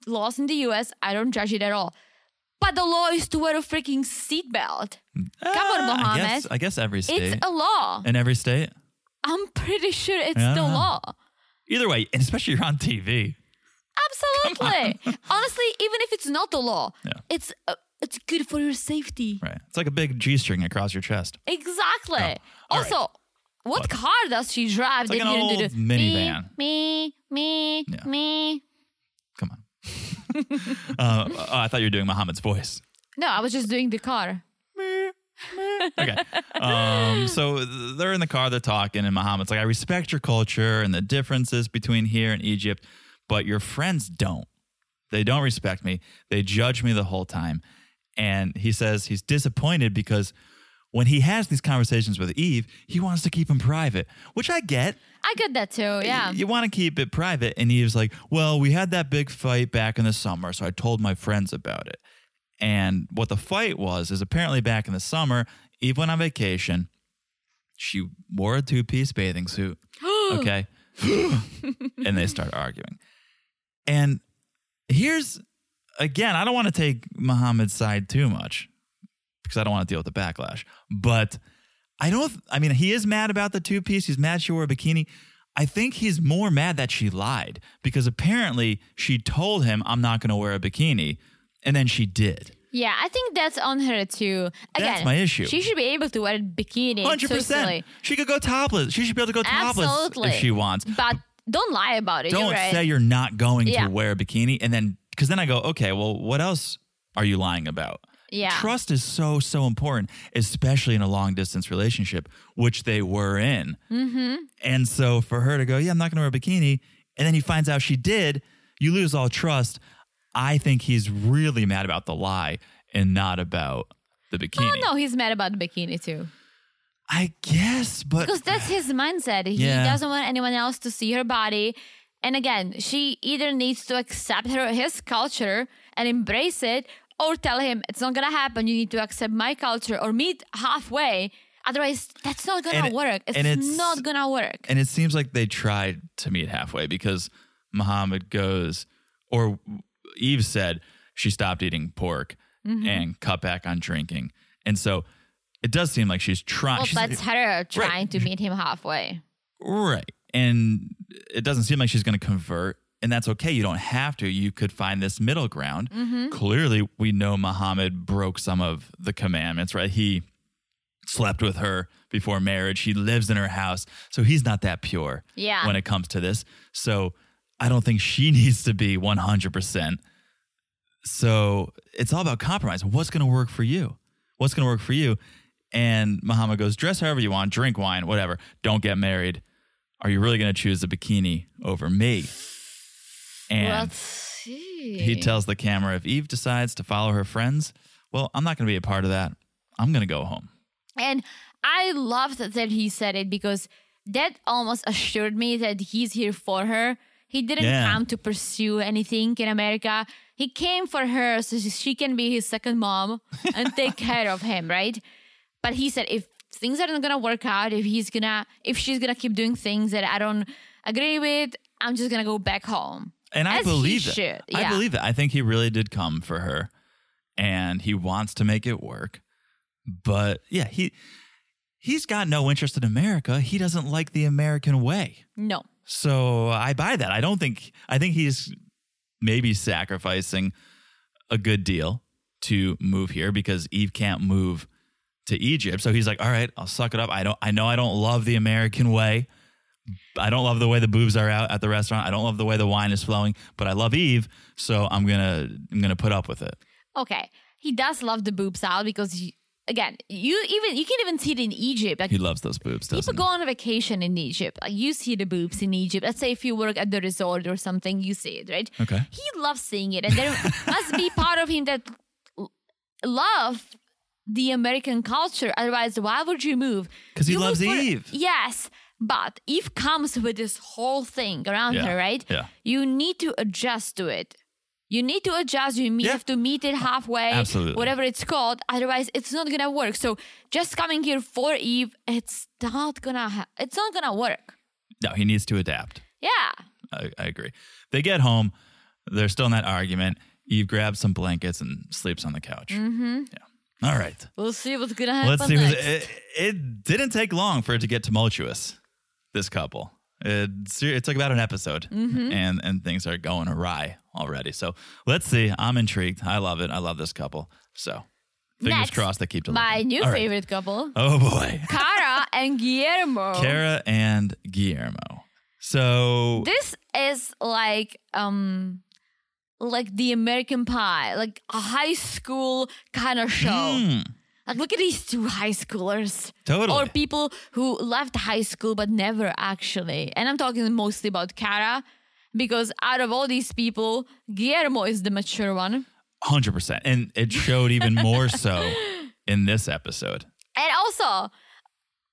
laws in the us i don't judge it at all but the law is to wear a freaking seatbelt come on
Ah, I guess,
mohammed
I guess every state
it's a law
in every state.
i'm pretty sure it's the
Yeah.
law
Either way, and especially you're on TV.
absolutely honestly even if it's not the law
Yeah.
it's uh, it's good for your safety
Right. It's like a big G string across your chest. All
exactly
right.
also what, car does she drive
like
that
an
you didn't do
old
the
minivan.
me me me
Yeah.
me
Come on. Uh, oh, I thought you were doing Muhammad's voice.
No, I was just doing the car.
Okay. Um, so th- they're in the car, they're talking, and Muhammad's like, I respect your culture and the differences between here and Egypt, but your friends don't. They don't respect me. They judge me the whole time. And he says he's disappointed because when he has these conversations with Eve, he wants to keep them private, which I get.
I got that too. Yeah.
You, want to keep it private. And he was like, Well, we had that big fight back in the summer. So I told my friends about it. And what the fight was is apparently back in the summer, Eve went on vacation. She wore a two piece bathing suit. okay. and they start arguing. And here's again, I don't want to take Muhammad's side too much because I don't want to deal with the backlash. But I don't, I mean, he is mad about the two piece. He's mad she wore a bikini. I think he's more mad that she lied because apparently she told him, I'm not going to wear a bikini. And then she did.
Yeah, I think that's on her too. Again,
That's my issue.
She should be able to wear a bikini.
100%.
Totally.
She could go topless. She should be able to go topless
Absolutely.
if she wants.
But don't lie about it.
don't
you're right.
say you're not going
Yeah.
to wear a bikini and then because then i go okay well what else are you lying about
Yeah.
trust is so so important especially in a long distance relationship which they were in mm-hmm. and so for her to go yeah i'm not going to wear a bikini and then he finds out she did you lose all trust i think he's really mad about the lie and not about the bikini
oh no, he's mad about the bikini too.
i guess but
Because that's his mindset. He
Yeah.
doesn't want anyone else to see her body. And again, she either needs to accept her his culture and embrace it, or tell him it's not gonna happen. You need to accept my culture or meet halfway. Otherwise, that's not gonna
And it-
work. It's,
and it's-
not gonna work.
And it seems like they tried to meet halfway because Muhammad goes, or Eve said she stopped eating pork
Mm-hmm.
and cut back on drinking. And so it does seem like she's trying.
well,
she's-
that's her trying to meet him halfway.
right. And it doesn't seem like she's going to convert. And that's okay. You don't have to. You could find this middle ground.
Mm-hmm.
Clearly, we know Muhammad broke some of the commandments, right? He slept with her before marriage. He lives in her house. So he's not that pure
Yeah.
when it comes to this. So I don't think she needs to be 100%. So it's all about compromise. What's going to work for you? What's going to work for you? And Muhammad goes, dress however you want, drink wine, whatever. Don't get married. Are you really going to choose a bikini over me? And
Let's see.
he tells the camera if Eve decides to follow her friends, well, I'm not going to be a part of that. I'm going to go home.
And I loved that he said it because that almost assured me that he's here for her. He didn't
Yeah.
come to pursue anything in America. He came for her so she- she can be his second mom and take care of him, right? But he said if things are not gonna work out, if he's gonna if she's gonna keep doing things that I don't agree with, I'm just gonna go back home.
And I
As he
believe that.
should,
I
yeah.
believe that. I think he really did come for her and he wants to make it work. But yeah, he he's got no interest in America. He doesn't like the American way.
No.
So I buy that. I don't think I think he's maybe sacrificing a good deal to move here because Eve can't move to Egypt. So he's like, "All right, I'll suck it up. I don't I know I don't love the American way. I don't love the way the boobs are out at the restaurant. I don't love the way the wine is flowing, but I love Eve, so I'm going to I'm going to put up with it."
Okay. He does love the boobs out because you, again, you even you can even see it in Egypt. Like
He loves those boobs,
People
doesn't
go on a vacation in Egypt. Like you see the boobs in Egypt. Let's say if you work at the resort or something, you see it, right?
he? Okay.
He loves seeing it, and there must be part of him that l- love the American culture. Otherwise, why would you move?
'Cause he
You
loves
move for-
Eve.
Yes, but Eve comes with this whole thing around
Yeah,
her, right?
yeah.
You need to adjust to it. You need to adjust. You meet,
Yeah.
have to meet it halfway,
Absolutely.
whatever it's called. Otherwise, it's not gonna work. So just coming here for Eve, it's not gonna. Ha- it's not gonna work.
No, he needs to adapt.
Yeah.
I, I agree. They get home. They're still in that argument. Eve grabs some blankets and sleeps on the couch. Mm-hmm. Yeah. All right.
We'll see what's gonna happen
Let's see.
next.
Who's, it, it didn't take long for it to get tumultuous. This couple. It, ser- it took about an episode,
Mm-hmm.
and and things are going awry already. So let's see. I'm intrigued. I love it. I love this couple. So fingers
Next,
crossed they keep delivering.
My new
All right.
favorite couple,
Oh boy,
Cara and Guillermo.
Cara and Guillermo. So
this is like um like the American Pie, like a high school kind of show. Like, look at these two high schoolers.
Hmm. Totally.
Or people who left high school but never actually. And I'm talking mostly about Cara because out of all these people, Guillermo is the mature one.
Hundred percent, and it showed even more so in this episode.
And also,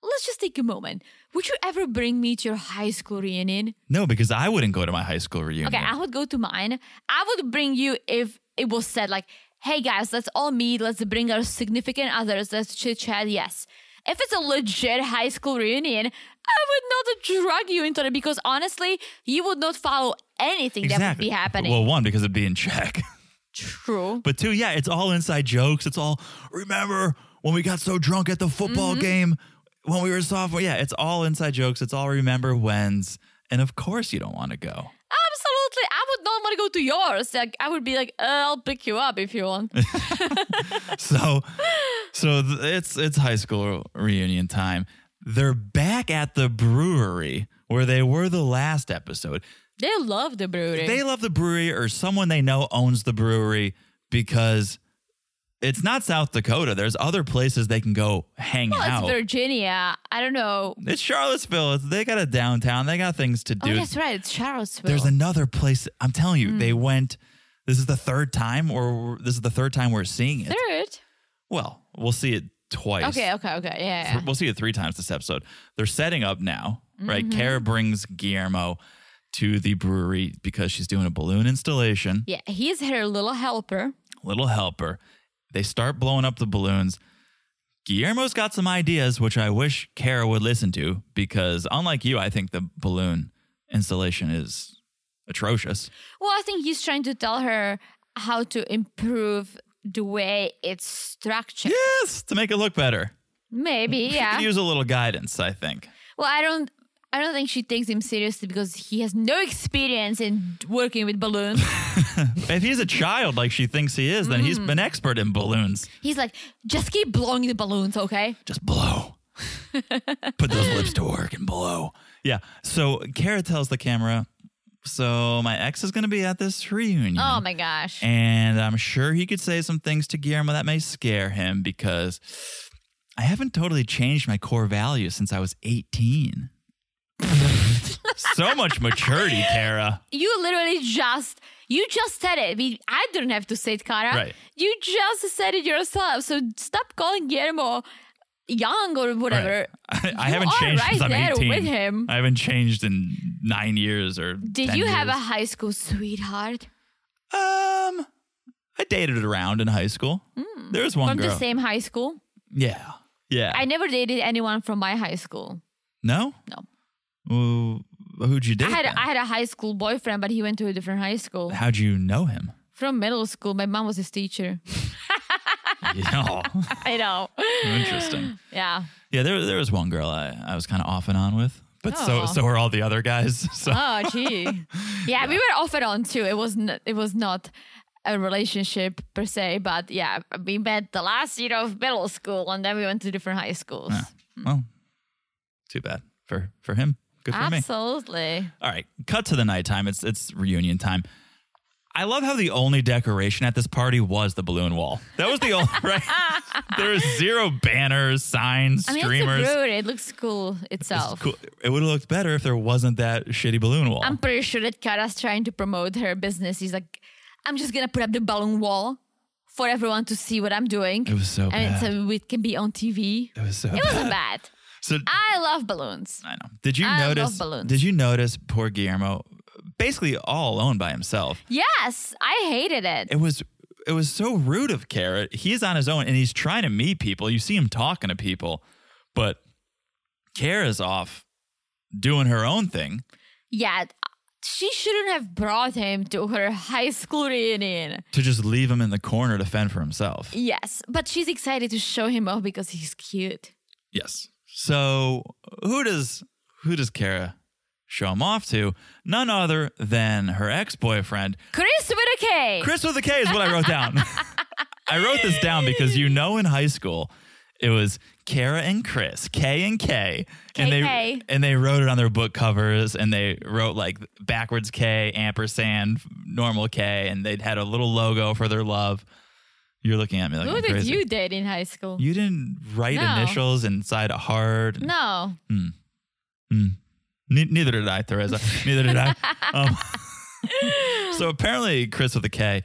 let's just take a moment. Would you ever bring me to your high school reunion?
No, because I wouldn't go to my high school reunion.
Okay, I would go to mine. I would bring you if it was said like, "Hey guys, let's all meet. Let's bring our significant others. Let's chit chat." Yes. If it's a legit high school reunion, I would not drag you into it because honestly, you would not follow anything that would be happening.
Well, one because it'd be in check,
True.
but two, yeah, it's all inside jokes. It's all remember when we got so drunk at the football
Mm-hmm.
game when we were sophomore. Yeah, it's all inside jokes. It's all remember when's, and of course you don't want to go.
Absolutely. I would not want to go to yours. Like I would be like, uh, "I'll pick you up if you want."
So, so th- it's it's high school reunion time. They're back at the brewery where they were the last episode.
they love the brewery.
They love the brewery, or someone they know owns the brewery because it's not South Dakota. There's other places they can go hang
well,
out.
Oh, it's Virginia. I don't know.
it's Charlottesville. It's- They got a downtown. They got things to do.
oh, that's right. It's Charlottesville.
There's another place. I'm telling you,
Mm.
they went. This is the third time, or this is the third time we're seeing it.
third.
Well, we'll see it twice.
Okay, okay, okay. Yeah.
Th- We'll see it three times this episode. They're setting up now,
Mm-hmm.
right? Kara brings Guillermo to the brewery because she's doing a balloon installation.
Yeah, he's her little helper.
Little helper. They start blowing up the balloons. Guillermo's got some ideas, which I wish Kara would listen to because, unlike you, I think the balloon installation is atrocious.
Well, I think he's trying to tell her how to improve the way it's structured.
Yes, to make it look better.
Maybe,
You
yeah.
could use a little guidance, I think.
well, I don't I don't think she takes him seriously because he has no experience in working with balloons.
If he's a child like she thinks he is, then he's an expert in balloons.
he's like, "Just keep blowing the balloons, okay?"
just blow. Put those lips to work and blow. Yeah. So Kara tells the camera, so my ex is going to be at this reunion.
Oh my gosh.
And I'm sure he could say some things to Guillermo that may scare him because I haven't totally changed my core values since I was 18. so much maturity, Kara.
you literally just you just said it. We, I didn't have to say it, Cara.
Right.
You just said it yourself. So stop calling Guillermo young or whatever.
I, I
You
haven't
are
changed since
right
I'm
there
18.
with him.
I haven't changed in nine years or.
Did
10
you have a
years.
high school sweetheart
Um, I dated around in high school. There was one
Hmm. from
girl.
the same high school?
yeah, yeah.
I never dated anyone from my high school.
no,
No.
Well, who'd you date?
I had
then?
I had a high school boyfriend, but he went to a different high school.
How'd you know him?
From middle school, my mom was his teacher.
yeah,
I know.
interesting.
Yeah.
Yeah, there there was one girl I, I was kind of off and on with, but so
Oh.
so were all the other guys. So
Oh, gee. Yeah, we were off and on too. It was n- it was not a relationship per se, but yeah, we met the last year of middle school, and then we went to different high schools.
Yeah. well, too bad for for him. Good for me.
Absolutely.
All right, cut to the nighttime. It's it's reunion time. I love how the only decoration at this party was the balloon wall. That was the only right. There was zero banners, signs,
I mean,
streamers.
it's a brewery. It looks cool
It's
itself.
cool. It would have looked better if there wasn't that shitty balloon wall.
I'm pretty sure that Kara's trying to promote her business. He's like, I'm just gonna put up the balloon wall for everyone to see what I'm doing.
It was so
and
bad.
so it can be on TV.
it was so
It
bad.
wasn't bad.
So
I love balloons.
I know. Did you
I love
notice?
balloons.
Did you notice poor Guillermo, basically all alone by himself?
Yes, I hated it.
It was it was so rude of Carrot. He's on his own and he's trying to meet people. You see him talking to people, but Kara's off doing her own thing.
Yeah, she shouldn't have brought him to her high school reunion.
to just leave him in the corner to fend for himself.
Yes, but she's excited to show him off because he's cute.
Yes. So who does who does Kara show him off to? None other than her ex boyfriend.
Chris with a K.
Chris with a K is what I wrote down. I wrote this down because you know in high school, It was Kara and Chris, K and K, and they
KK.
and they wrote it on their book covers, and they wrote like backwards K, ampersand, normal K, and they had a little logo for their love. You're looking at me like
Who
I'm
did
crazy.
you date in high school?
You didn't write
No.
initials inside a heart. and-
no.
Ne- neither did I, Theresa. Neither did I. Um, so apparently, Chris with a K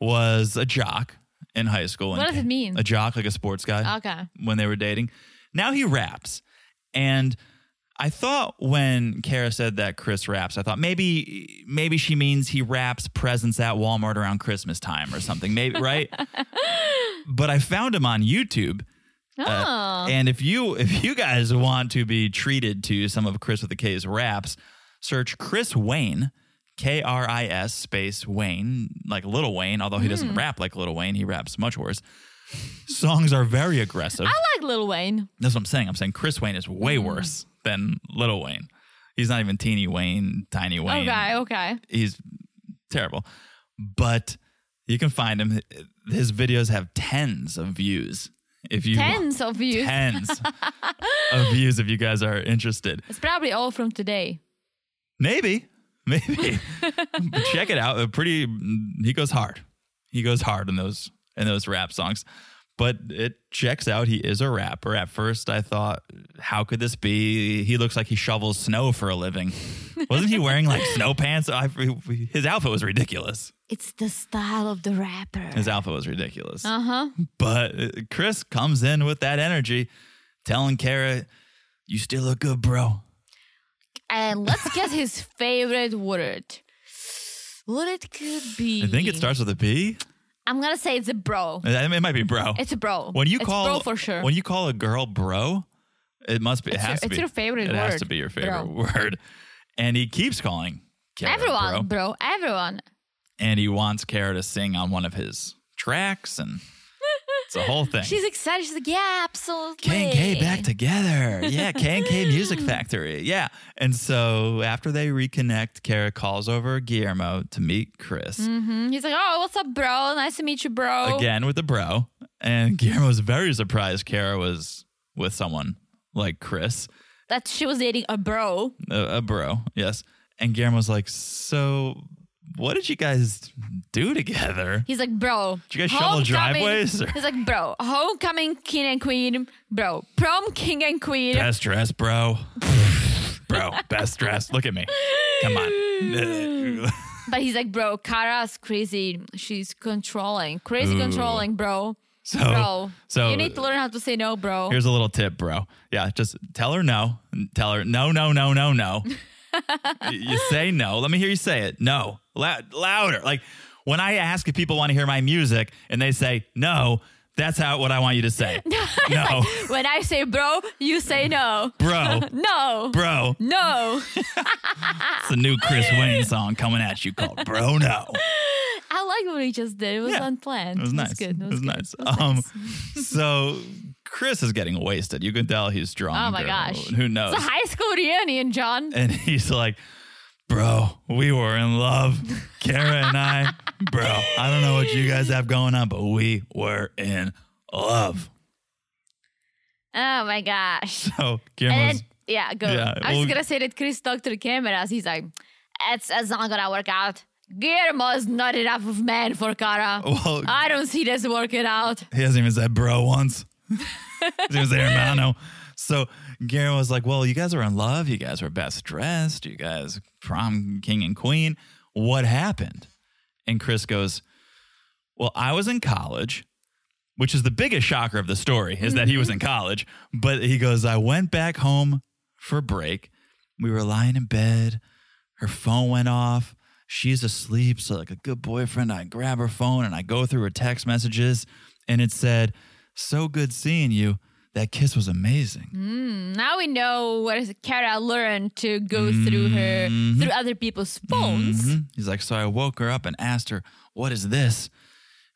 was a jock in high school. and
What does it mean? Uh,
A jock, like a sports guy.
Okay.
When they were dating, now he raps, and I thought when Kara said that Chris raps, I thought maybe maybe she means he wraps presents at Walmart around Christmas time or something. Maybe right. but I found him on YouTube.
Oh.
Uh, and if you if you guys want to be treated to some of Chris with the K's raps, search Chris Wayne, K R I S space Wayne, like Little Wayne, although he doesn't rap like Little Wayne, he raps much worse. Songs are very aggressive.
I like Lil Wayne.
That's what I'm saying. I'm saying Chris Wayne is
Mm.
way worse than Little Wayne. He's not even teeny Wayne, tiny Wayne.
Okay, okay.
He's terrible. But you can find him. His videos have tens of views. If you
Tens of views.
tens of views if you guys are interested.
It's probably all from today.
Maybe, maybe. But check it out. A pretty he goes hard. He goes hard in those in those rap songs. But it checks out. He is a rapper. At first, I thought, how could this be? He looks like he shovels snow for a living. Wasn't he wearing like snow pants? I, his outfit was ridiculous.
It's the style of the rapper.
His outfit was ridiculous.
Uh huh.
But uh, Chris comes in with that energy, telling Kara, "You still look good, bro."
And let's guess his favorite word. What it could be.
I think it starts with a P.
I'm gonna say it's a bro.
I mean, It might be bro.
It's a bro.
when you
It's
call
bro for sure.
When you call a girl bro, it must be. It
It's
has
your-
to
it's
be.
your favorite
It has
word,
to be your favorite
bro.
word. And he keeps calling Kara
everyone,
bro.
bro. Everyone.
and he wants Kara to sing on one of his tracks, and it's a whole thing.
She's excited. She's like, yeah, absolutely.
K and K back together. Yeah, K and K Music Factory. Yeah. And so after they reconnect, Kara calls over Guillermo to meet Chris
Mhm. He's like, oh, what's up, bro? Nice to meet you, bro.
again with the bro. And Guillermo was very surprised Kara was with someone like Chris.
That she was dating a bro.
a, a bro, yes. And Guillermo's like, so what did you guys do together?
He's like, bro.
Did you guys shovel
homecoming-
driveways or-
He's like, bro, homecoming king and queen, bro, prom king and queen.
Best dress, bro. bro, best dress. Look at me. Come on.
But he's like, bro, Kara's crazy. She's controlling, crazy
Ooh.
controlling, bro.
so,
bro,
so
you need to learn how to say no, bro.
here's a little tip, bro. Yeah, just tell her no. Tell her no, no, no, no, no. Y- you say no. Let me hear you say it. No. Lou- louder. Like when I ask if people want to hear my music and they say no, that's how what I want you to say. no.
When I say bro, you say no.
Bro.
No.
Bro.
No.
It's the new Chris Wayne song coming at you called Bro No.
I like what he just did. It was
Yeah.
unplanned.
It was nice.
good. It was, good.
nice. um, so Chris is getting wasted. You can tell he's drunk.
Oh my
or
gosh.
Who knows?
It's a high school reunion, John.
and he's like, Bro, we were in love. Kara and I, bro, I don't know what you guys have going on, but we were in love.
Oh my gosh.
So
And
Guillermo's,
then, yeah, go.
Yeah,
I was
well-
gonna say that Chris talked to the cameras. He's like, it's, it's not gonna work out. Guillermo is not enough of man for Kara.
well,
I don't see this working out.
He hasn't even said bro once. he was like, hermano. So Garen was like, Well, you guys are in love. You guys were best dressed. You guys prom king and queen. What happened? And Chris goes, Well, I was in college, which is the biggest shocker of the story is that he was in college. But he goes, I went back home for break. We were lying in bed. Her phone went off. She's asleep. So, like a good boyfriend, I grab her phone and I go through her text messages. And it said, So good seeing you. That kiss was amazing.
Now we know what is Kara learned to go through her
Mm-hmm.
through other people's phones.
Mhm. He's like, So I woke her up and asked her, What is this?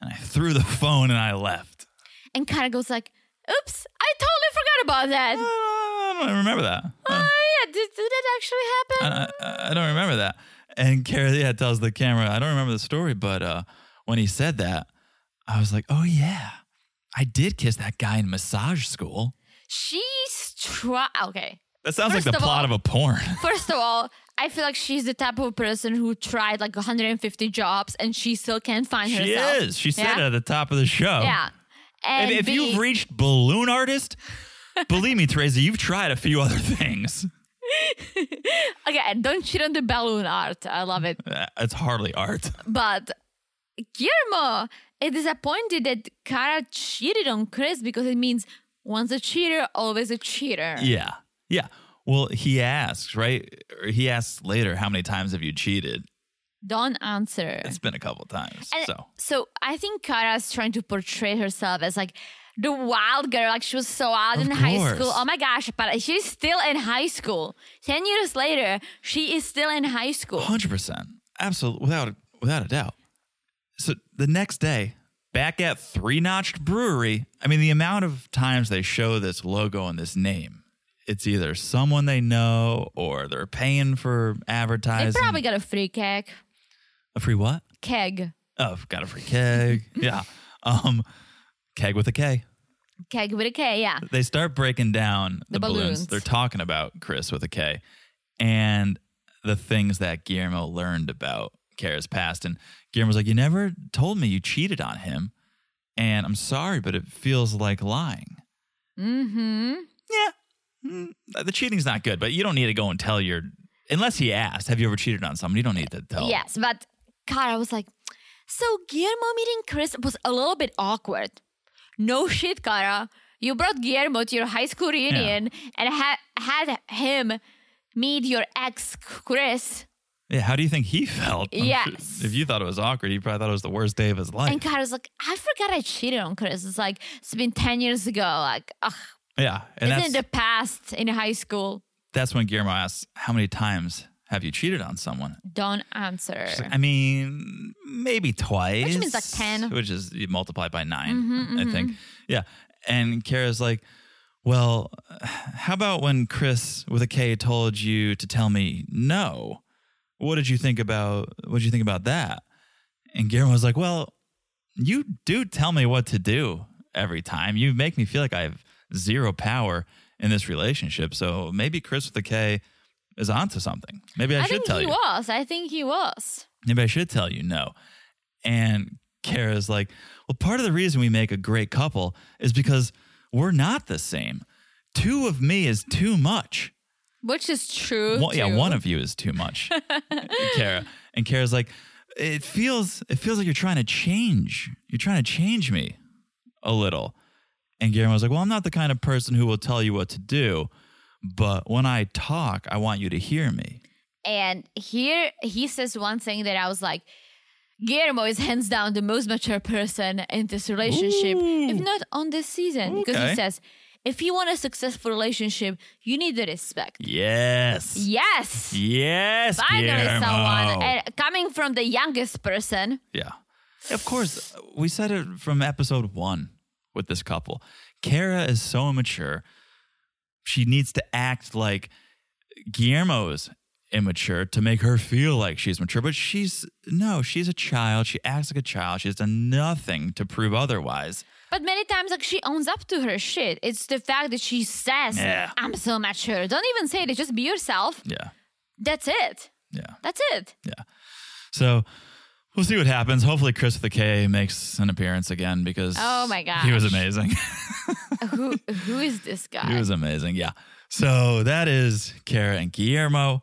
And I threw the phone and I left.
And Kara goes like, oops, I totally forgot about that.
I don't, I don't remember that.
oh yeah, did, did that actually happen?
I, I- I don't remember that. And Carrie yeah, tells the camera, I don't remember the story, but uh, when he said that, I was like, oh, yeah. I did kiss that guy in massage school.
She's try. Okay.
That sounds
First
like the
of
plot
all-
of a porn.
First of all, I feel like she's the type of person who tried like 150 jobs and she still can't find
she
herself.
is. She said
Yeah?
it at the top of the show.
Yeah.
And
And
if
B,
you've reached balloon artist, believe me, Teresa, you've tried a few other things.
again, don't cheat on the balloon art. I love it.
Uh, It's hardly art.
But Guillermo is disappointed that Kara cheated on Chris because it means once a cheater, always a cheater.
Yeah. Yeah. Well, he asks, right? Or He asks later, how many times have you cheated?
Don't answer.
It's been a couple times.
And
so,
I think Kara's trying to portray herself as like the wild girl. Like she was so out
Of
in high
course.
school. Oh my gosh, but she's still in high school. Ten years later, she is still in high school.
100%. Absolutely. Without, without a doubt. So the next day, back at Three Notched Brewery, I mean, the amount of times they show this logo and this name, it's either someone they know or they're paying for
They
advertising.
probably got a free keg.
a free what?
Keg.
Oh, got a free keg. yeah. Um, keg with a K.
Keg with a K, yeah.
They start breaking down the,
The
balloons.
balloons.
They're talking about Chris with a K and the things that Guillermo learned about Kara's past. And Guillermo's like, You never told me you cheated on him. And I'm sorry, but it feels like lying.
Mm-hmm.
Yeah. Mm, The cheating's not good, but you don't need to go and tell your. Unless he asked, Have you ever cheated on someone? You don't need to tell.
Yes, but Kara was like, so Guillermo meeting Chris was a little bit awkward. No shit, Kara. You brought Guillermo to your high school reunion and ha- had him meet your ex, Chris.
Yeah, how do you think he felt? I'm sure-
Yes.
If you thought it was awkward, you probably thought it was the worst day of his life.
And Kara's like, I forgot I cheated on Chris. It's like, it's been 10 years ago. Like, ugh,
yeah. And
it's
that's,
in the past in high school.
that's when Guillermo asks, How many times have you cheated on someone?
Don't answer.
She's like, I mean, maybe twice.
Which means like Mm-hmm, 10.
Which is you multiply by 9 I think. Yeah. And Kara's like, Well, how about when Chris with a K told you to tell me no? What did you think about what did you think about that? And Guillermo's like, Well, you do tell me what to do every time. You make me feel like I have zero power in this relationship. So maybe Chris with a K is onto something. Maybe I,
I
should
think
tell
he
you.
was. I think he was.
Maybe I should tell you no. And Kara's like, Well, part of the reason we make a great couple is because we're not the same. Two of me is too much.
Which is true.
One, yeah,
too.
one of you is too much, Kara. And Kara's like, it feels it feels like you're trying to change. You're trying to change me a little. And Guillermo's like, well, I'm not the kind of person who will tell you what to do, but when I talk, I want you to hear me.
And here he says one thing that I was like, Guillermo is hands down the most mature person in this relationship, if
Ooh.
not on this season. Because
Okay.
he says, if you want a successful relationship, you need the respect.
Yes.
Yes.
Yes.
Finally,
Guillermo.
someone. And coming from the youngest person,
Yeah. Of course, we said it from episode one with this couple. Kara is so immature. She needs to act like Guillermo's immature to make her feel like she's mature, but she's no, she's a child. She acts like a child. She's done nothing to prove otherwise.
but many times, like, she owns up to her shit. It's the fact that she says,
Yeah.
I'm so mature. Don't even say it, just be yourself.
Yeah.
That's it.
Yeah.
That's it.
So we'll see what happens. Hopefully, Chris with the K makes an appearance again because
Oh my
he was
gosh.
amazing.
who Who is this guy?
It was amazing. Yeah. So that is Kara and Guillermo.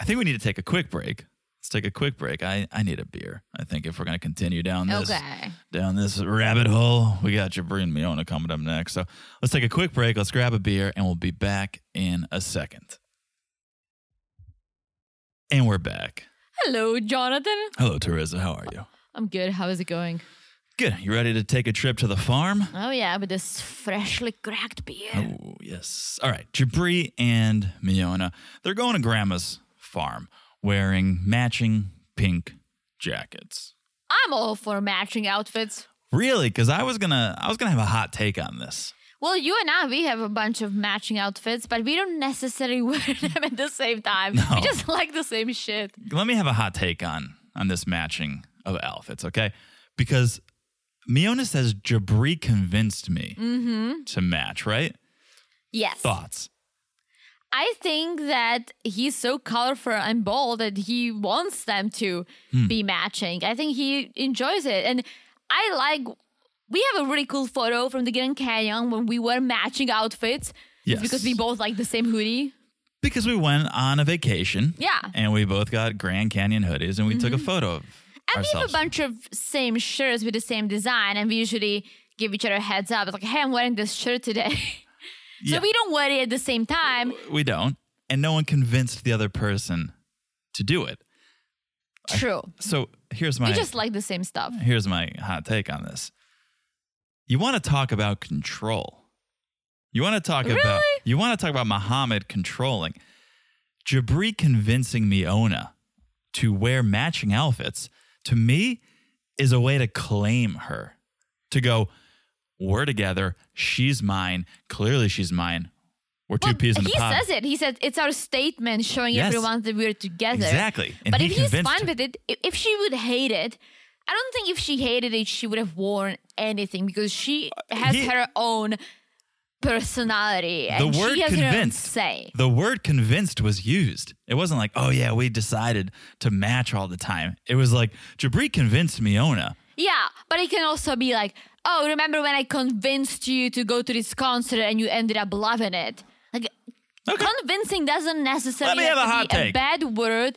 I think we need to take a quick break. Let's take a quick break. I, I need a beer. I think if we're going to continue down this
okay.
down this rabbit hole, we got Jabrin Miona coming up next. So let's take a quick break. Let's grab a beer, and we'll be back in a second. And we're back.
Hello, Jonathan.
Hello, Teresa. How are you?
I'm good. How is it going?
Good. You ready to take a trip to the farm?
Oh yeah, with this freshly cracked beer.
Oh, yes. All right. Jabri and Miona, they're going to Grandma's farm wearing matching pink jackets.
I'm all for matching outfits.
Really? Because I was gonna, I was gonna have a hot take on this.
Well, you and I, we have a bunch of matching outfits, but we don't necessarily wear them at the same time.
No.
We just like the same shit.
Let me have a hot take on on this matching of outfits, okay? Because Miona says Jabri convinced me
Mm-hmm.
to match, right?
Yes.
Thoughts.
I think that he's so colorful and bold that he wants them to
Hmm.
be matching. I think he enjoys it. And I like, we have a really cool photo from the Grand Canyon when we were matching outfits.
Yes.
It's because we both like the same hoodie.
Because we went on a vacation.
Yeah. Mm-hmm.
And we both got Grand Canyon hoodies and we took a photo of
And we have
ourselves.
a bunch of same shirts with the same design, and we usually give each other a heads up. It's like, hey, I'm wearing this shirt today. so
Yeah.
we don't wear it at the same time.
we don't. And no one convinced the other person to do it.
True.
So here's my
We just like the same stuff.
here's my hot take on this. You want to talk about control. You want to talk about
Really?
you want to talk about Muhammad controlling. Jabri convincing Miona to wear matching outfits to me is a way to claim her. To go, we're together, she's mine, clearly she's mine. We're two
Well,
peas in a
he
pod.
says it. He says it's our statement showing
Yes.
everyone that we're together.
Exactly. And
but
he
if he's
convinced
fine
her.
with it, i- if she would hate it, I don't think if she hated it, she would have worn anything because she has
Uh, he-
her own personality
the
and
word
she has her own
convinced
say.
the word convinced was used it wasn't like oh yeah we decided to match all the time it was like jabri convinced miona
Yeah, but it can also be like, oh, remember when I convinced you to go to this concert and you ended up loving it? Like,
Okay.
convincing doesn't
Let
necessarily
me have a
to
hot
be a
take.
bad word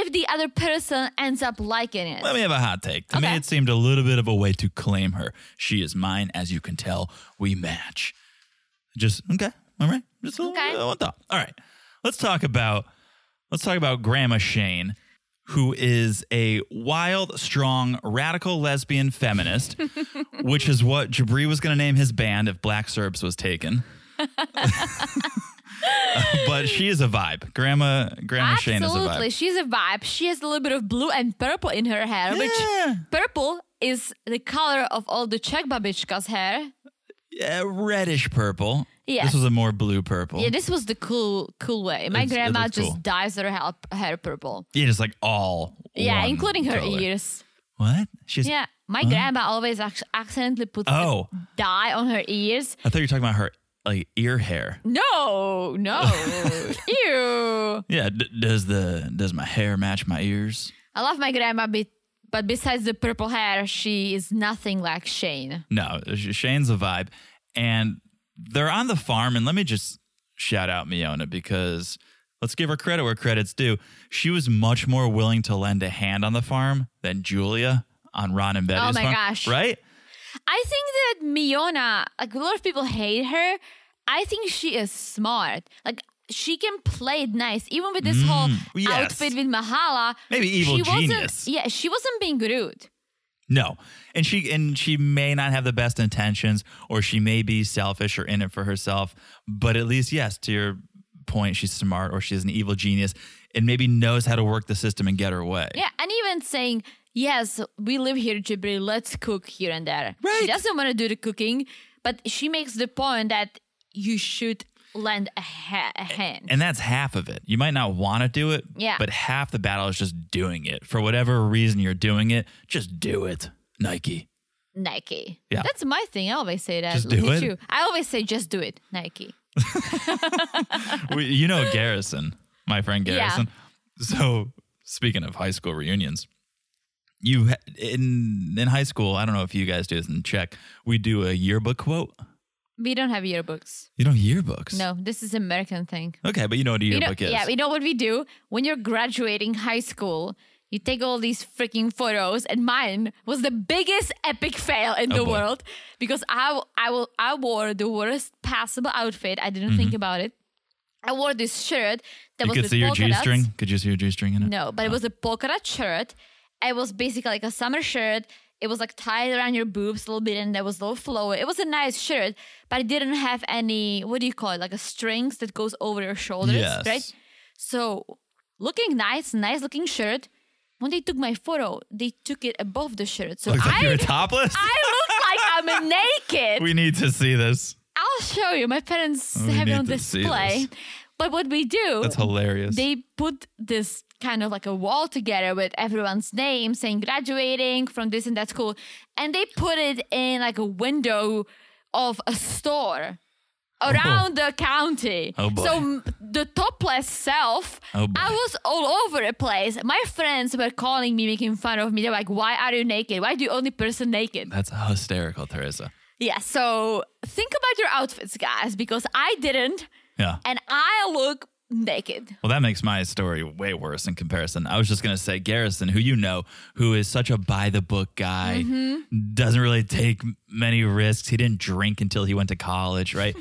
if the other person ends up liking it.
let me have a hot take to me
Okay.
it seemed a little bit of a way to claim her she is mine as you can tell we match just okay all right just a
Okay.
little, one thought all right let's talk about let's talk about grandma shane who is a wild strong radical lesbian feminist which is what jabri was going to name his band if black serbs was taken but she is a vibe grandma grandma shane is a
Absolutely.
vibe
She's a vibe. She has a little bit of blue and purple in her hair,
Yeah.
which purple is the color of all the Czech babichka's hair.
yeah, uh, reddish purple
Yes.
this was a more blue purple
Yeah, this was the cool cool way. My
It's- it
grandma
looks
just
cool.
dyes her hair, hair purple.
Yeah, just like all.
Yeah,
one
including her
color.
ears.
What? She's.
Yeah, my grandma always ac- accidentally puts
Oh,
dye on her ears.
I thought you were talking about her like ear hair.
No, no, ew.
Yeah. D- does the does my hair match my ears?
I love my grandma, be- but besides the purple hair, she is nothing like Shane.
No, Sh- Shane's a vibe, and they're on the farm. And let me just shout out Miona because let's give her credit where credit's due. She was much more willing to lend a hand on the farm than Julia on Ron and Betty's
Oh my
farm,
gosh.
Right?
I think that Miona, like a lot of people hate her. I think she is smart. Like she can play it nice, even with this whole
Mm, yes.
outfit with Mahala.
Maybe evil
she
genius.
Wasn't, yeah, she wasn't being rude.
No. And she and she may not have the best intentions or she may be selfish or in it for herself, but at least yes, to your point, she's smart or she's an evil genius and maybe knows how to work the system and get her way.
Yeah, and even saying, yes, we live here, Jibri, let's cook here and there.
Right.
She doesn't want to do the cooking, but she makes the point that you should lend a, ha- a hand.
And that's half of it. You might not want to do it,
Yeah.
but half the battle is just doing it. For whatever reason you're doing it, just do it. Nike.
Nike.
Yeah.
That's my thing. I always say that.
Just
Look
do it.
at you. I always say, just do it, Nike.
we, you know Garrison, my friend
Yeah.
Garrison. So speaking of high school reunions, you ha- in in high school, I don't know if you guys do this in Czech. We do a yearbook quote.
We don't have yearbooks.
You know yearbooks.
No, this is American thing.
Okay, but you know what a
You know,
yearbook is.
yeah, you know what we do? When you're graduating high school, you take all these freaking photos, and mine was the biggest epic fail in
Oh,
the
boy.
world because I, I, will, I wore the worst possible outfit. I didn't think about it. I wore this shirt
Mm-hmm. you
that was
could
with
see your
polka dots.
g-string. Could you see your g-string in it?
No, but it was a polka dot shirt. It was basically like a summer shirt. It was like tied around your boobs a little bit, and there was a little flow. It was a nice shirt, but it didn't have any what do you call it, like a strings that goes over your shoulders,
Yes.
right? So, looking nice, nice looking shirt. When they took my photo, they took it above the shirt, so
Looks like
I
you're topless.
I look like I'm naked.
we need to see this.
I'll show you. My parents
We
have it
need
on
to see
display.
this.
But what we do,
That's hilarious.
they put this kind of like a wall together with everyone's name saying graduating from this and that school and they put it in like a window of a store around the county
Oh, boy.
so m- the topless self
Oh, boy.
i was all over the place my friends were calling me making fun of me they're like why are you naked why do you only person naked
That's hysterical, Teresa.
yeah so think about your outfits guys because i didn't
Yeah.
and i look naked
Well, that makes my story way worse in comparison. I was just going to say Garrison, who you know, who is such a by the book guy,
Mm-hmm.
doesn't really take m- many risks. He didn't drink until he went to college, right?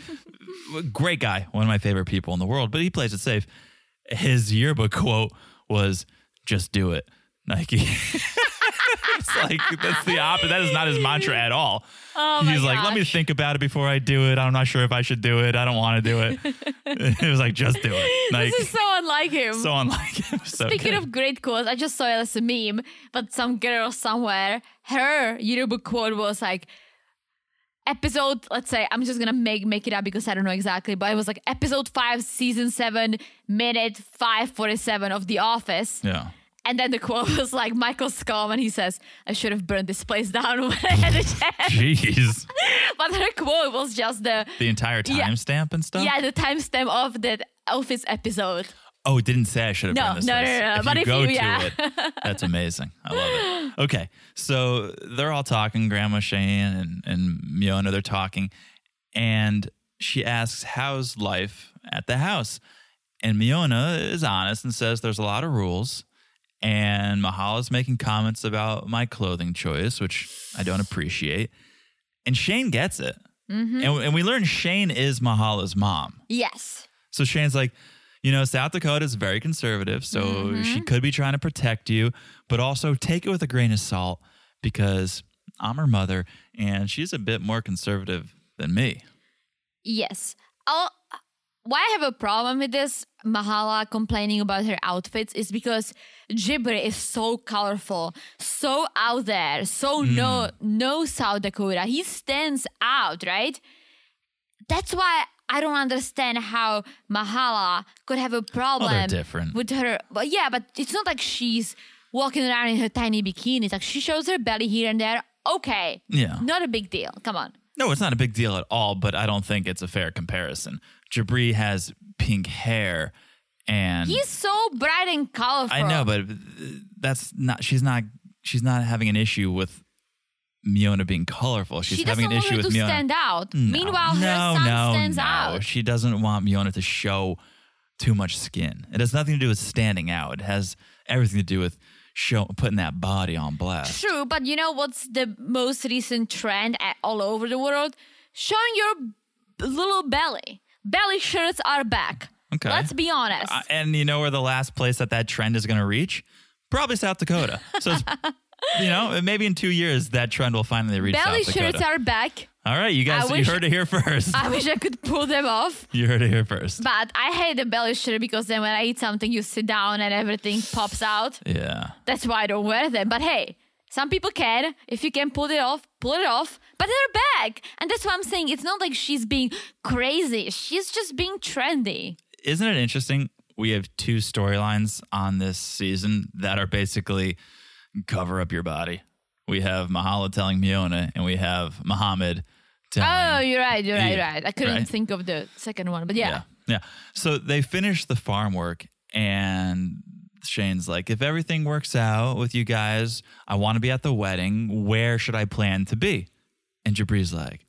Great guy, one of my favorite people in the world, but he plays it safe. His yearbook quote was just do it, Nike. it's like that's the opposite. That is not his mantra at all.
oh my
He's like, let me
gosh.
think about it before I do it. I'm not sure if I should do it. I don't want to do it. it was like, just do it. Like,
this is so unlike him.
so unlike him. So
Speaking
good.
of great quotes, I just saw it as a meme, but some girl somewhere, her yearbook quote was like, episode, let's say, I'm just gonna make make it up because I don't know exactly, but it was like episode five, season seven, minute five forty seven of The Office.
yeah,
And then the quote was like Michael Scum and he says, I should have burned this place down when I had a chance.
jeez,
But her quote was just the
the entire
Yeah.
timestamp and stuff.
yeah, the timestamp of that Office episode.
Oh, it didn't say I should have
No,
done this.
no,
list.
no, no, no.
If
But
you
if
go
you-
to
yeah.
it, that's amazing. I love it. Okay, so they're all talking. Grandma Shane and and Miona, they're talking, and she asks, "How's life at the house?" And Miona is honest and says, "There's a lot of rules." And Mahala's making comments about my clothing choice, which I don't appreciate. And Shane gets it.
Mm-hmm.
And, and we learn Shane is Mahala's mom.
Yes.
So Shane's like, you know, South Dakota is very conservative, so
Mm-hmm.
she could be trying to protect you, but also take it with a grain of salt because I'm her mother and she's a bit more conservative than me.
Yes. i why I have a problem with this Mahala complaining about her outfits is because Jibri is so colorful, so out there, so
Hmm.
no no South Dakota. He stands out, right? That's why I don't understand how Mahala could have a problem
different.
with her. But yeah, but it's not like she's walking around in her tiny bikini. It's like she shows her belly here and there. Okay.
Yeah.
Not a big deal. Come on.
No, it's not a big deal at all, but I don't think it's a fair comparison. Jabri has pink hair and
He's so bright and colorful.
I know, but uh, that's not she's not she's not having an issue with Miona being colorful. She's
she doesn't
having an
want
issue
her
with
to
Miona.
stand out. Meanwhile, her
no,
Oh. son
no,
stands
no.
out.
She doesn't want Miona to show too much skin. It has nothing to do with standing out. It has everything to do with show, putting that body on blast.
True, but you know what's the most recent trend at, all over the world? Showing your b- little belly. Belly shirts are back.
Okay.
Let's be honest.
Uh, and you know where the last place that that trend is going to reach? Probably South Dakota. So, it's, you know, maybe in two years that trend will finally reach
belly
South
shirts
Dakota.
are back.
All right, you guys,
I
you
wish-
heard it here first.
I wish I could pull them off.
you heard it here first.
But I hate the belly shirt because then when I eat something, you sit down and everything pops out.
Yeah.
That's why I don't wear them. But hey, some people can. If you can pull it off, pull it off. But they're back. And that's what I'm saying. It's not like she's being crazy. She's just being trendy.
isn't it interesting? We have two storylines on this season that are basically cover up your body. We have Mahala telling Miona, and we have Muhammad telling.
Oh, you're right. You're right.
yeah,
Right. I couldn't
right.
think of the second one. But yeah.
yeah. Yeah. So they finish the farm work, and Shane's like, if everything works out with you guys, I want to be at the wedding. Where should I plan to be? And Jabri's like,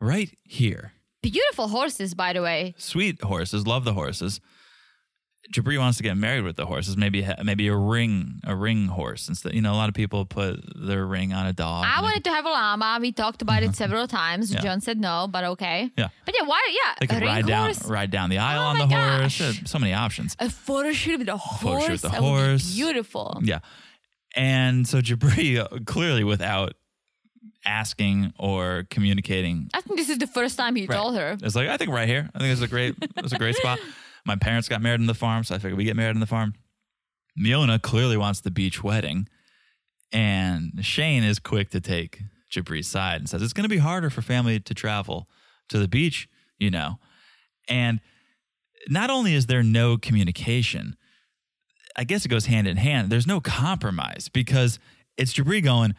right here.
Beautiful horses, by the way.
sweet horses, love the horses. Jabri wants to get married with the horses. Maybe ha- maybe a ring, a ring horse instead. You know, a lot of people put their ring on a dog.
I
and
wanted to have a llama. We talked about it several times.
Mm-hmm. Yeah.
John said no, but okay.
Yeah.
But yeah, why? Yeah.
they could
a
ride
ring
down,
horse.
ride down the aisle
Oh
on
my
the horse.
gosh.
Yeah, So many options.
A photo shoot with a horse.
photo shoot with a
That would be
horse.
Beautiful.
Yeah, and so Jabri uh, clearly, without asking or communicating,
I think this is the first time he
Right.
told her.
It's like I think right here. I think it's a great it's a great spot. My parents got married in the farm, so I figured we get married in the farm. Miona clearly wants the beach wedding, and Shane is quick to take Jabri's side and says it's going to be harder for family to travel to the beach, you know. And not only is there no communication, I guess it goes hand in hand. There's no compromise because it's Jabri going,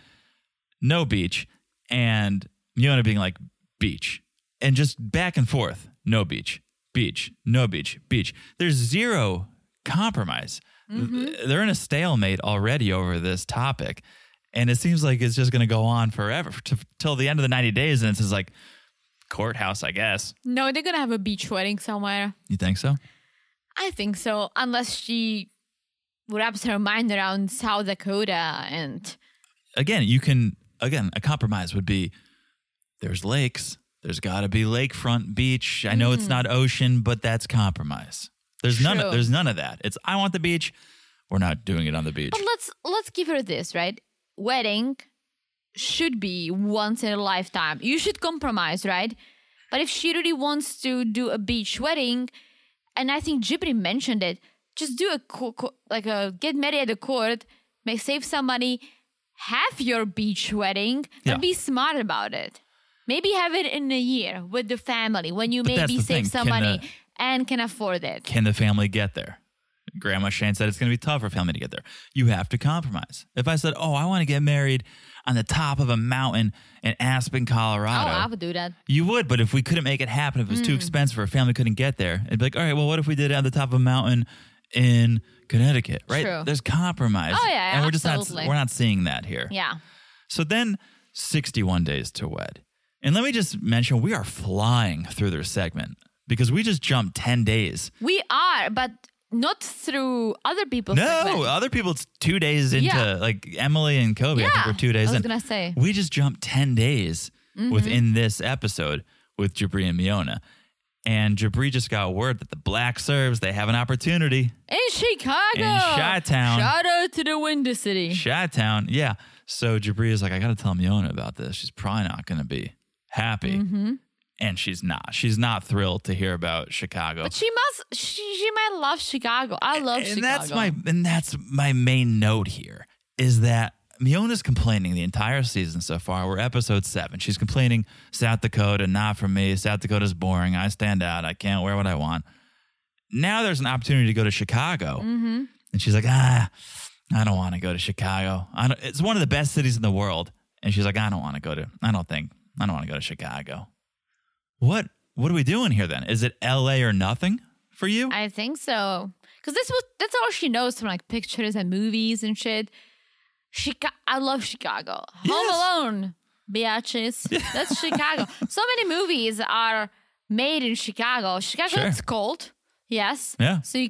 no beach, and Miona being like, beach, and just back and forth, no beach, beach, no beach, beach. There's zero compromise. They're in a stalemate already over this topic. And it seems like it's just going to go on forever t- till the end of the 90 days. And it's just like, courthouse, I guess.
No, they're gonna have a beach wedding somewhere.
You think so?
I think so, unless she wraps her mind around South Dakota and
again, you can again a compromise would be there's lakes. There's got to be lakefront beach. I know it's not ocean, but that's compromise. There's none.
Mm. True.
Of, there's none of that. It's I want the beach. We're not doing it on the beach.
But let's let's give her this, right? Wedding should be once in a lifetime. You should compromise, right? But if she really wants to do a beach wedding, and I think Jibri mentioned it, just do a co- co- like a get married at the court, may save some money, have your beach wedding, but
Yeah.
be smart about it. Maybe have it in a year with the family when you
But that's
maybe
the
save
thing,
some
can,
money
uh,
and can afford it.
Can the family get there? Grandma Shane said it's going to be tough for family to get there. You have to compromise. If I said, "Oh, I want to get married on the top of a mountain in Aspen,
Oh,
Colorado,"
I would do that.
You would, but if we couldn't make it happen, if it was
Hmm.
too expensive or a family couldn't get there, it'd be like, all right, well, what if we did it on the top of a mountain in Connecticut, right?
True.
There's compromise.
Oh, yeah,
and we're just
absolutely.
not we're not seeing that here.
Yeah.
So then, 61 days to wed, and let me just mention we are flying through this segment because we just jumped 10 days.
We are, but not through other people's.
No,
segment.
other people it's two days into
Yeah.
like Emily and Kobe. I think
Yeah,
we're two days
I was
in.
gonna say. Mm-hmm.
we just jumped ten days within this episode with Jabri and Miona, and Jabri just got word that the Black Serbs they have an opportunity.
in Chicago,
In Chi-town.
Shout out to the Windy City.
Chi Town, yeah. So Jabri is like, I got to tell Miona about this. She's probably not going to be happy,
Mm-hmm.
and she's not. She's not thrilled to hear about Chicago.
But she must. She, she might love Chicago. I love
and
Chicago.
that's my and that's my main note here is that Miona's complaining the entire season so far. We're episode seven. She's complaining South Dakota, not for me. South Dakota's boring. I stand out. I can't wear what I want. Now there's an opportunity to go to Chicago,
Mm-hmm.
and she's like, ah, I don't want to go to Chicago. I don't, it's one of the best cities in the world, and she's like, I don't want to go to. I don't think I don't want to go to Chicago. What what are we doing here then? Is it L.A. or nothing for you?
I think so. Cause this was that's all she knows from like pictures and movies and shit. Chica- I love Chicago.
Yes.
Home Alone, bitches. That's Chicago. So many movies are made in Chicago. Chicago,
Sure.
it's cold. Yes.
Yeah.
So you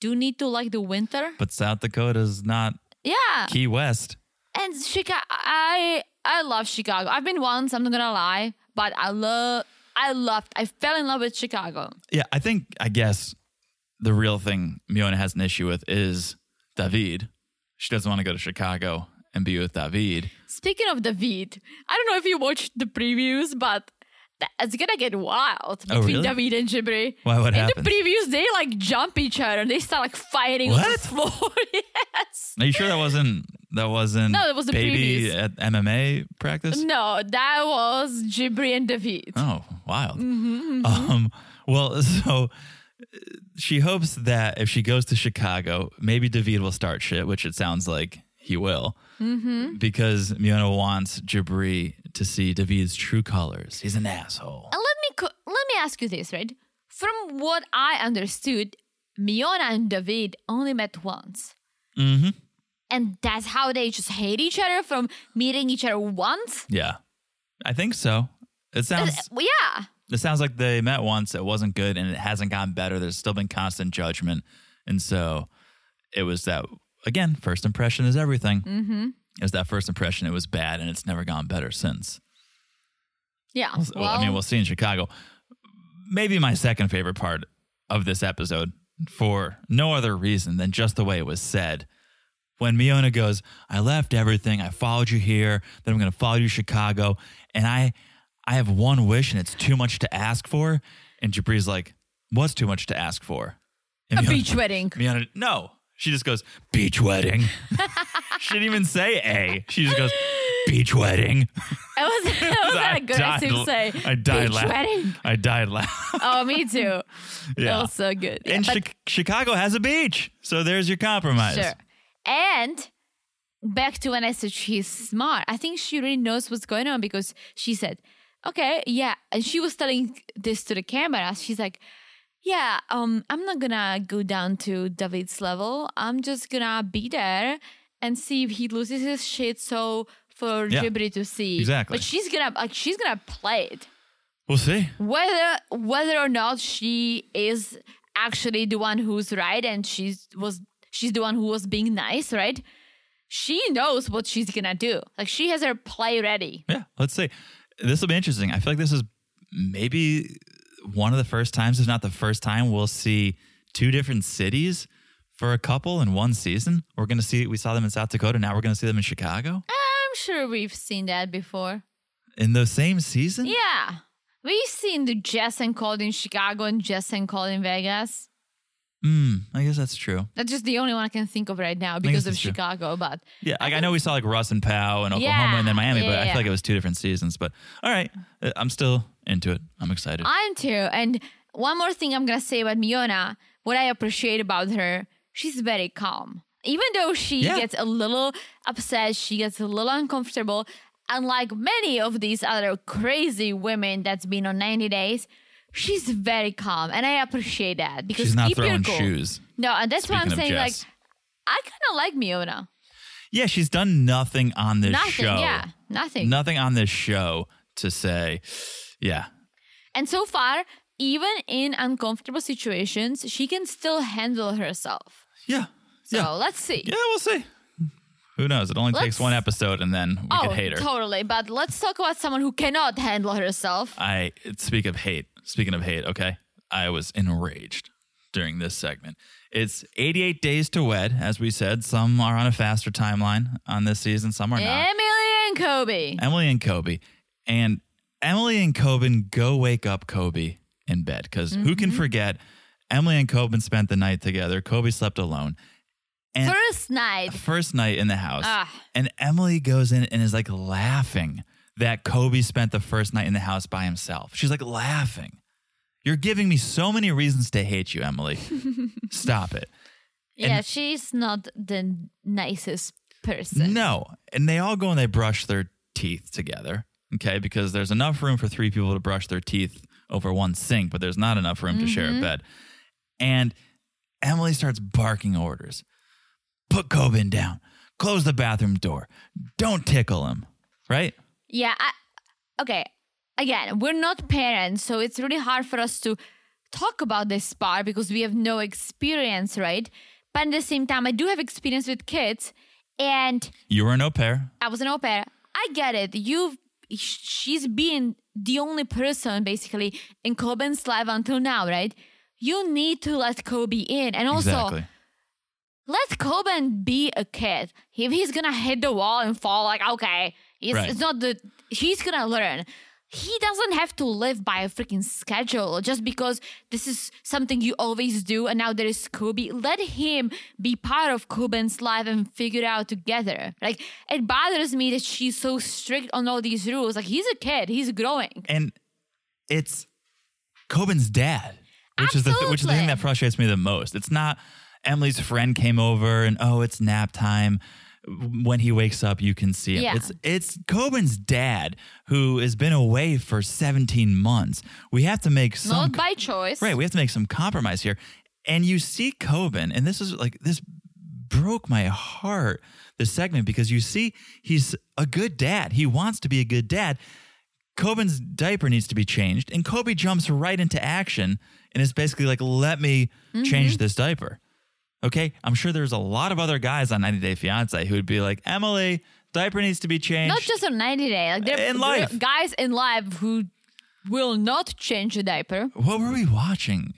do need to like the winter.
but South Dakota's not
Yeah.
Key West.
And Chicago, I I love Chicago. I've been once. I'm not gonna lie, but I love, I loved, I fell in love with Chicago.
Yeah, I think I guess the real thing Miona has an issue with is David. She doesn't want to go to Chicago and be with David.
Speaking of David, I don't know if you watched the previews, but th- it's gonna get wild between
Oh, really?
David and Jibri.
Why, what
in
happens?
the previews, they like jump each other. They start like fighting on the
What?
floor. yes.
Are you sure that wasn't that wasn't
No, that was the
baby
previous.
at MMA practice?
No, that was Jibri and David.
Oh, wild. Um, well, so uh, she hopes that if she goes to Chicago, maybe David will start shit, which it sounds like he will, because Miona wants Jabri to see David's true colors. He's an asshole.
And let me co- let me ask you this, right? From what I understood, Miona and David only met once.
Mhm.
And that's how they just hate each other from meeting each other once?
Yeah, I think so. It sounds
Well, yeah.
it sounds like they met once. It wasn't good, and it hasn't gotten better. There's still been constant judgment, and so it was that again. First impression is everything. Mm-hmm. It was that first impression. It was bad, and it's never gone better since.
Yeah.
Well, I mean, we'll see in Chicago. Maybe my second favorite part of this episode, for no other reason than just the way it was said. When Miona goes, I left everything. I followed you here. Then I'm going to follow you to Chicago. And I, I have one wish, and it's too much to ask for. And Jabri's like, "What's too much to ask for?" And
a
Miona-
beach wedding.
Miana, no. She just goes, beach wedding. she didn't even say A. She just goes, beach wedding.
It was, it was
I
not good as to
died-
say.
I died
Beach
laugh-
wedding.
I died laugh.
Oh, me too.
yeah.
That was so good. Yeah,
and
but-
Chi- Chicago has a beach, so there's your compromise.
Sure. And back to when I said she's smart, I think she really knows what's going on because she said, okay, yeah. And she was telling this to the camera. She's like, yeah, um, I'm not gonna go down to David's level. I'm just gonna be there and see if he loses his shit so for
Yeah.
Jibri to see.
Exactly.
But she's gonna like she's gonna play it
We'll see.
whether whether or not she is actually the one who's right and she's was she's the one who was being nice right she knows what she's gonna do like she has her play ready
Yeah, let's see. This will be interesting. I feel like this is maybe one of the first times, if not the first time, we'll see two different cities for a couple in one season. We're going to see, we saw them in South Dakota. Now we're going to see them in Chicago
i'm sure we've seen that before
in the same season.
yeah we've seen the jess and cole in chicago and jess and cole in vegas
Hmm, I guess that's true.
that's just the only one i can think of right now because of
that's true.
chicago but
Yeah, like I know we saw like Russ and Pow and Oklahoma
Yeah,
and then Miami, but
yeah,
I
yeah.
feel like it was two different seasons. But all right, uh, I'm still into it. I'm excited.
I'm too. And one more thing I'm gonna say about Miona, what I appreciate about her, she's very calm. Even though she
Yeah.
gets a little upset, she gets a little uncomfortable. Unlike many of these other crazy women that's been on 90 days, she's very calm, and I appreciate that because
She's not
keep your
throwing
cool.
shoes.
No, and that's why I'm
Speaking of
saying like
Jess.
I kind of like Miona.
Yeah, she's done nothing on this
Nothing,
show.
yeah, nothing.
Nothing on this show to say, yeah,
And so far, even in uncomfortable situations, she can still handle herself.
yeah,
So
yeah,
let's see.
yeah. We'll see. Who knows? It only takes
Let's-
one episode, and then we could hate her.
Oh, totally. But let's talk about someone who cannot handle herself.
I speak of hate. Speaking of hate, okay, I was enraged during this segment. It's 88 days to wed, as we said. Some are on a faster timeline on this season, some are
Eh?
not.
Emily and Kobe.
Emily and Kobe. And Emily and Coben go wake up Kobe in bed because who can forget? Emily and Coben spent the night together. Kobe slept alone. And
First night.
first night in the house.
Ah.
And Emily goes in and is like laughing that Kobe spent the first night in the house by himself. She's like laughing. You're giving me so many reasons to hate you, Emily. Stop it.
Yeah, she's not the nicest person.
No. And they all go and they brush their teeth together. Okay. Because there's enough room for three people to brush their teeth over one sink, but there's not enough room to share a bed. And Emily starts barking orders put Coben down, close the bathroom door, don't tickle him. Right?
Yeah. I, okay. Again, we're not parents, so it's really hard for us to talk about this part because we have no experience, right? But at the same time, I do have experience with kids, and
You were an au pair.
I was an au pair. I get it. You've sh- she's been the only person basically in Kobe's life until now, right? You need to let Kobe in, and also
exactly.
let Coben be a kid. If he's gonna hit the wall and fall, like okay, it's,
Right.
it's not the he's gonna learn. He doesn't have to live by a freaking schedule just because this is something you always do and now there is Kobe. Let him be part of Coben's life and figure it out together. Like it bothers me that she's so strict on all these rules. Like he's a kid, he's growing.
And it's Coben's dad, which is the which is the thing
Absolutely.
that frustrates me the most. It's not Emily's friend came over and oh, it's nap time. When he wakes up, you can see him.
Yeah.
It's it's Coben's dad who has been away for 17 months. We have to make some
Not by choice.
Right. We have to make some compromise here. And you see Coben, and this is like, this broke my heart, this segment, because you see he's a good dad. He wants to be a good dad. Coben's diaper needs to be changed, and Kobe jumps right into action and is basically like, let me
Mm-hmm.
change this diaper. Okay. I'm sure there's a lot of other guys on 90 Day Fiance who would be like, Emily, diaper needs to be changed.
Not just on 90 day. Like there
In
are
life.
guys in life who will not change a diaper.
what were we watching?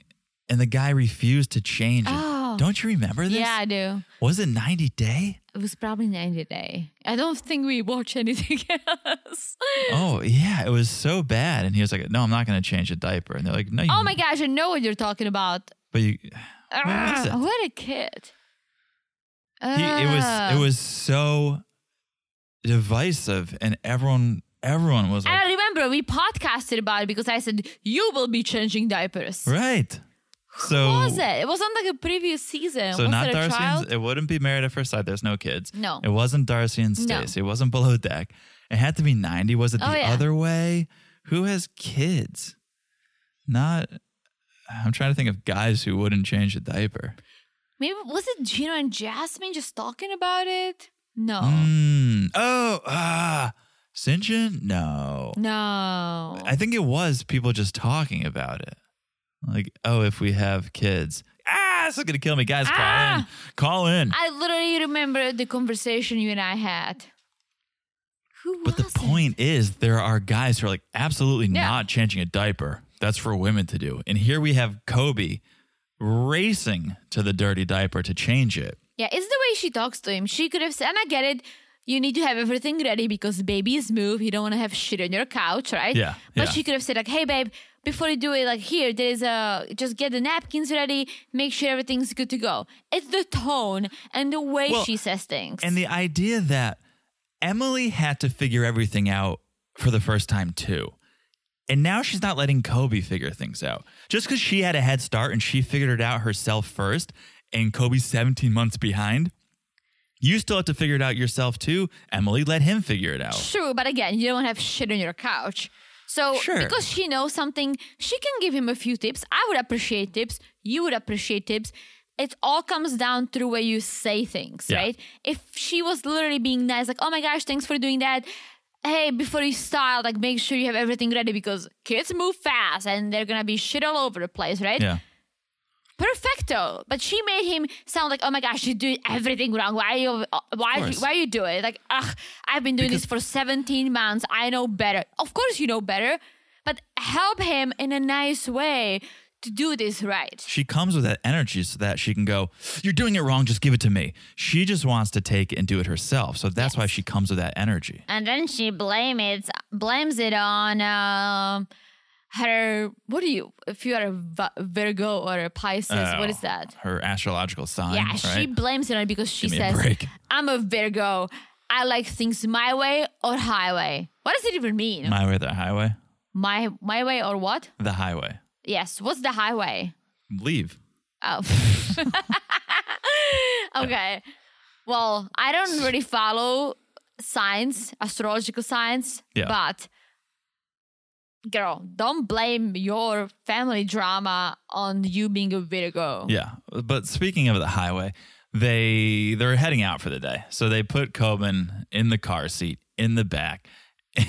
And the guy refused to change it.
Oh.
Don't you remember this?
Yeah, I do.
Was it 90 day?
It was probably 90 day. I don't think we watch anything else.
Oh, yeah. It was so bad. And he was like, no, I'm not going to change a diaper. And they're like, no, you,
Oh my gosh, I know what you're talking about.
but you, he,
Ah,
was it?
what a kid.
it was,
Ah.
it was so divisive, and everyone everyone was
And
like,
I remember we podcasted about it because I said you will be changing diapers.
right. So
What was it? It was on like a previous season.
So
was
not
it a
Darcy.
child?
And, it wouldn't be Married at First Sight. There's no kids.
No.
It wasn't Darcy and
No.
Stacy. It wasn't Below Deck. It had to be 90. Was it
Oh,
the
yeah.
other way? Who has kids? Not. I'm trying to think of guys who wouldn't change a diaper.
Maybe was it Gino and Jasmine just talking about it? No.
Hmm. Oh, ah, St. John? No.
No.
I think it was people just talking about it. Like, oh, if we have kids. Ah, this is going to kill me. Guys,
Ah.
call in. Call in.
I literally remember the conversation you and I had. Who
But the
was it?
point is, there are guys who are like, absolutely
Yeah.
not changing a diaper. That's for women to do. And here we have Kobe racing to the dirty diaper to change it.
Yeah, it's the way she talks to him. She could have said, and I get it. You need to have everything ready because babies move. You don't want to have shit on your couch, right?
Yeah,
But
yeah.
she could have said, like, hey, babe, before you do it, like, here, there's a, just get the napkins ready, make sure everything's good to go. It's the tone and the way
Well,
she says things.
And the idea that Emily had to figure everything out for the first time, too. And now she's not letting Kobe figure things out. Just because she had a head start and she figured it out herself first, and Kobe's 17 months behind, you still have to figure it out yourself, too. Emily, let him figure it out.
True, but again, you don't have shit on your couch. So
Sure.
because she knows something, she can give him a few tips. I would appreciate tips. You would appreciate tips. It all comes down to the way you say things,
Yeah.
right? If she was literally being nice, like, oh my gosh, thanks for doing that. Hey, before you style, like make sure you have everything ready because kids move fast and they're gonna be shit all over the place, right?
Yeah.
Perfecto. But she made him sound like, oh my gosh, you do everything wrong. Why are you uh, why
course.
you, why you do it? Like, ugh, I've been doing this for 17 months. I know better. Of course you know better, but help him in a nice way to do this right.
she comes with that energy so that she can go, You're doing it wrong, just give it to me. She just wants to take it and do it herself. So that's why she comes with that energy.
And then she blame it blames it on um her what do you if you are a Vi- Virgo or a Pisces, what is
Oh,
that?
Her astrological sign.
Yeah,
right?
she blames it on it because she
Give me a
says
break.
I'm a Virgo. I like things my way or highway. What does it even mean? My
My way, the highway.
my, way or what?
The highway.
Yes. What's the highway?
Leave.
Oh. okay. Well, I don't really follow science, astrological science,
Yeah.
but girl, don't blame your family drama on you being a Virgo.
Yeah. But speaking of the highway, they they're heading out for the day. So they put Coben in the car seat in the back.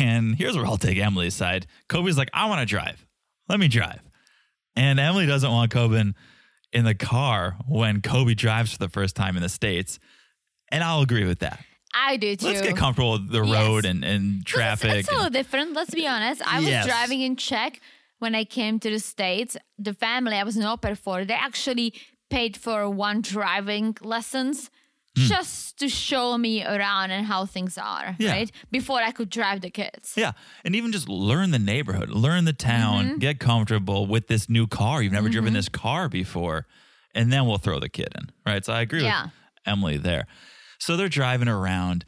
And here's where I'll take Emily's side. Kobe's like, I want to drive. Let me drive. And Emily doesn't want Coben in the car when Kobe drives for the first time in the States. And I'll agree with that.
I do too.
Let's get comfortable with the
Yes.
road and, and
Because
traffic.
It's, it's a little different. Let's be honest. I was
Yes.
driving in Czech when I came to the States. The family I was an au pair for, they actually paid for one driving lessons
Hmm.
just to show me around and how things are,
Yeah.
right? Before I could drive the kids.
Yeah. And even just learn the neighborhood, learn the town,
Mm-hmm.
get comfortable with this new car. You've never driven this car before. And then we'll throw the kid in. Right. So I agree
Yeah.
with Emily there. So they're driving around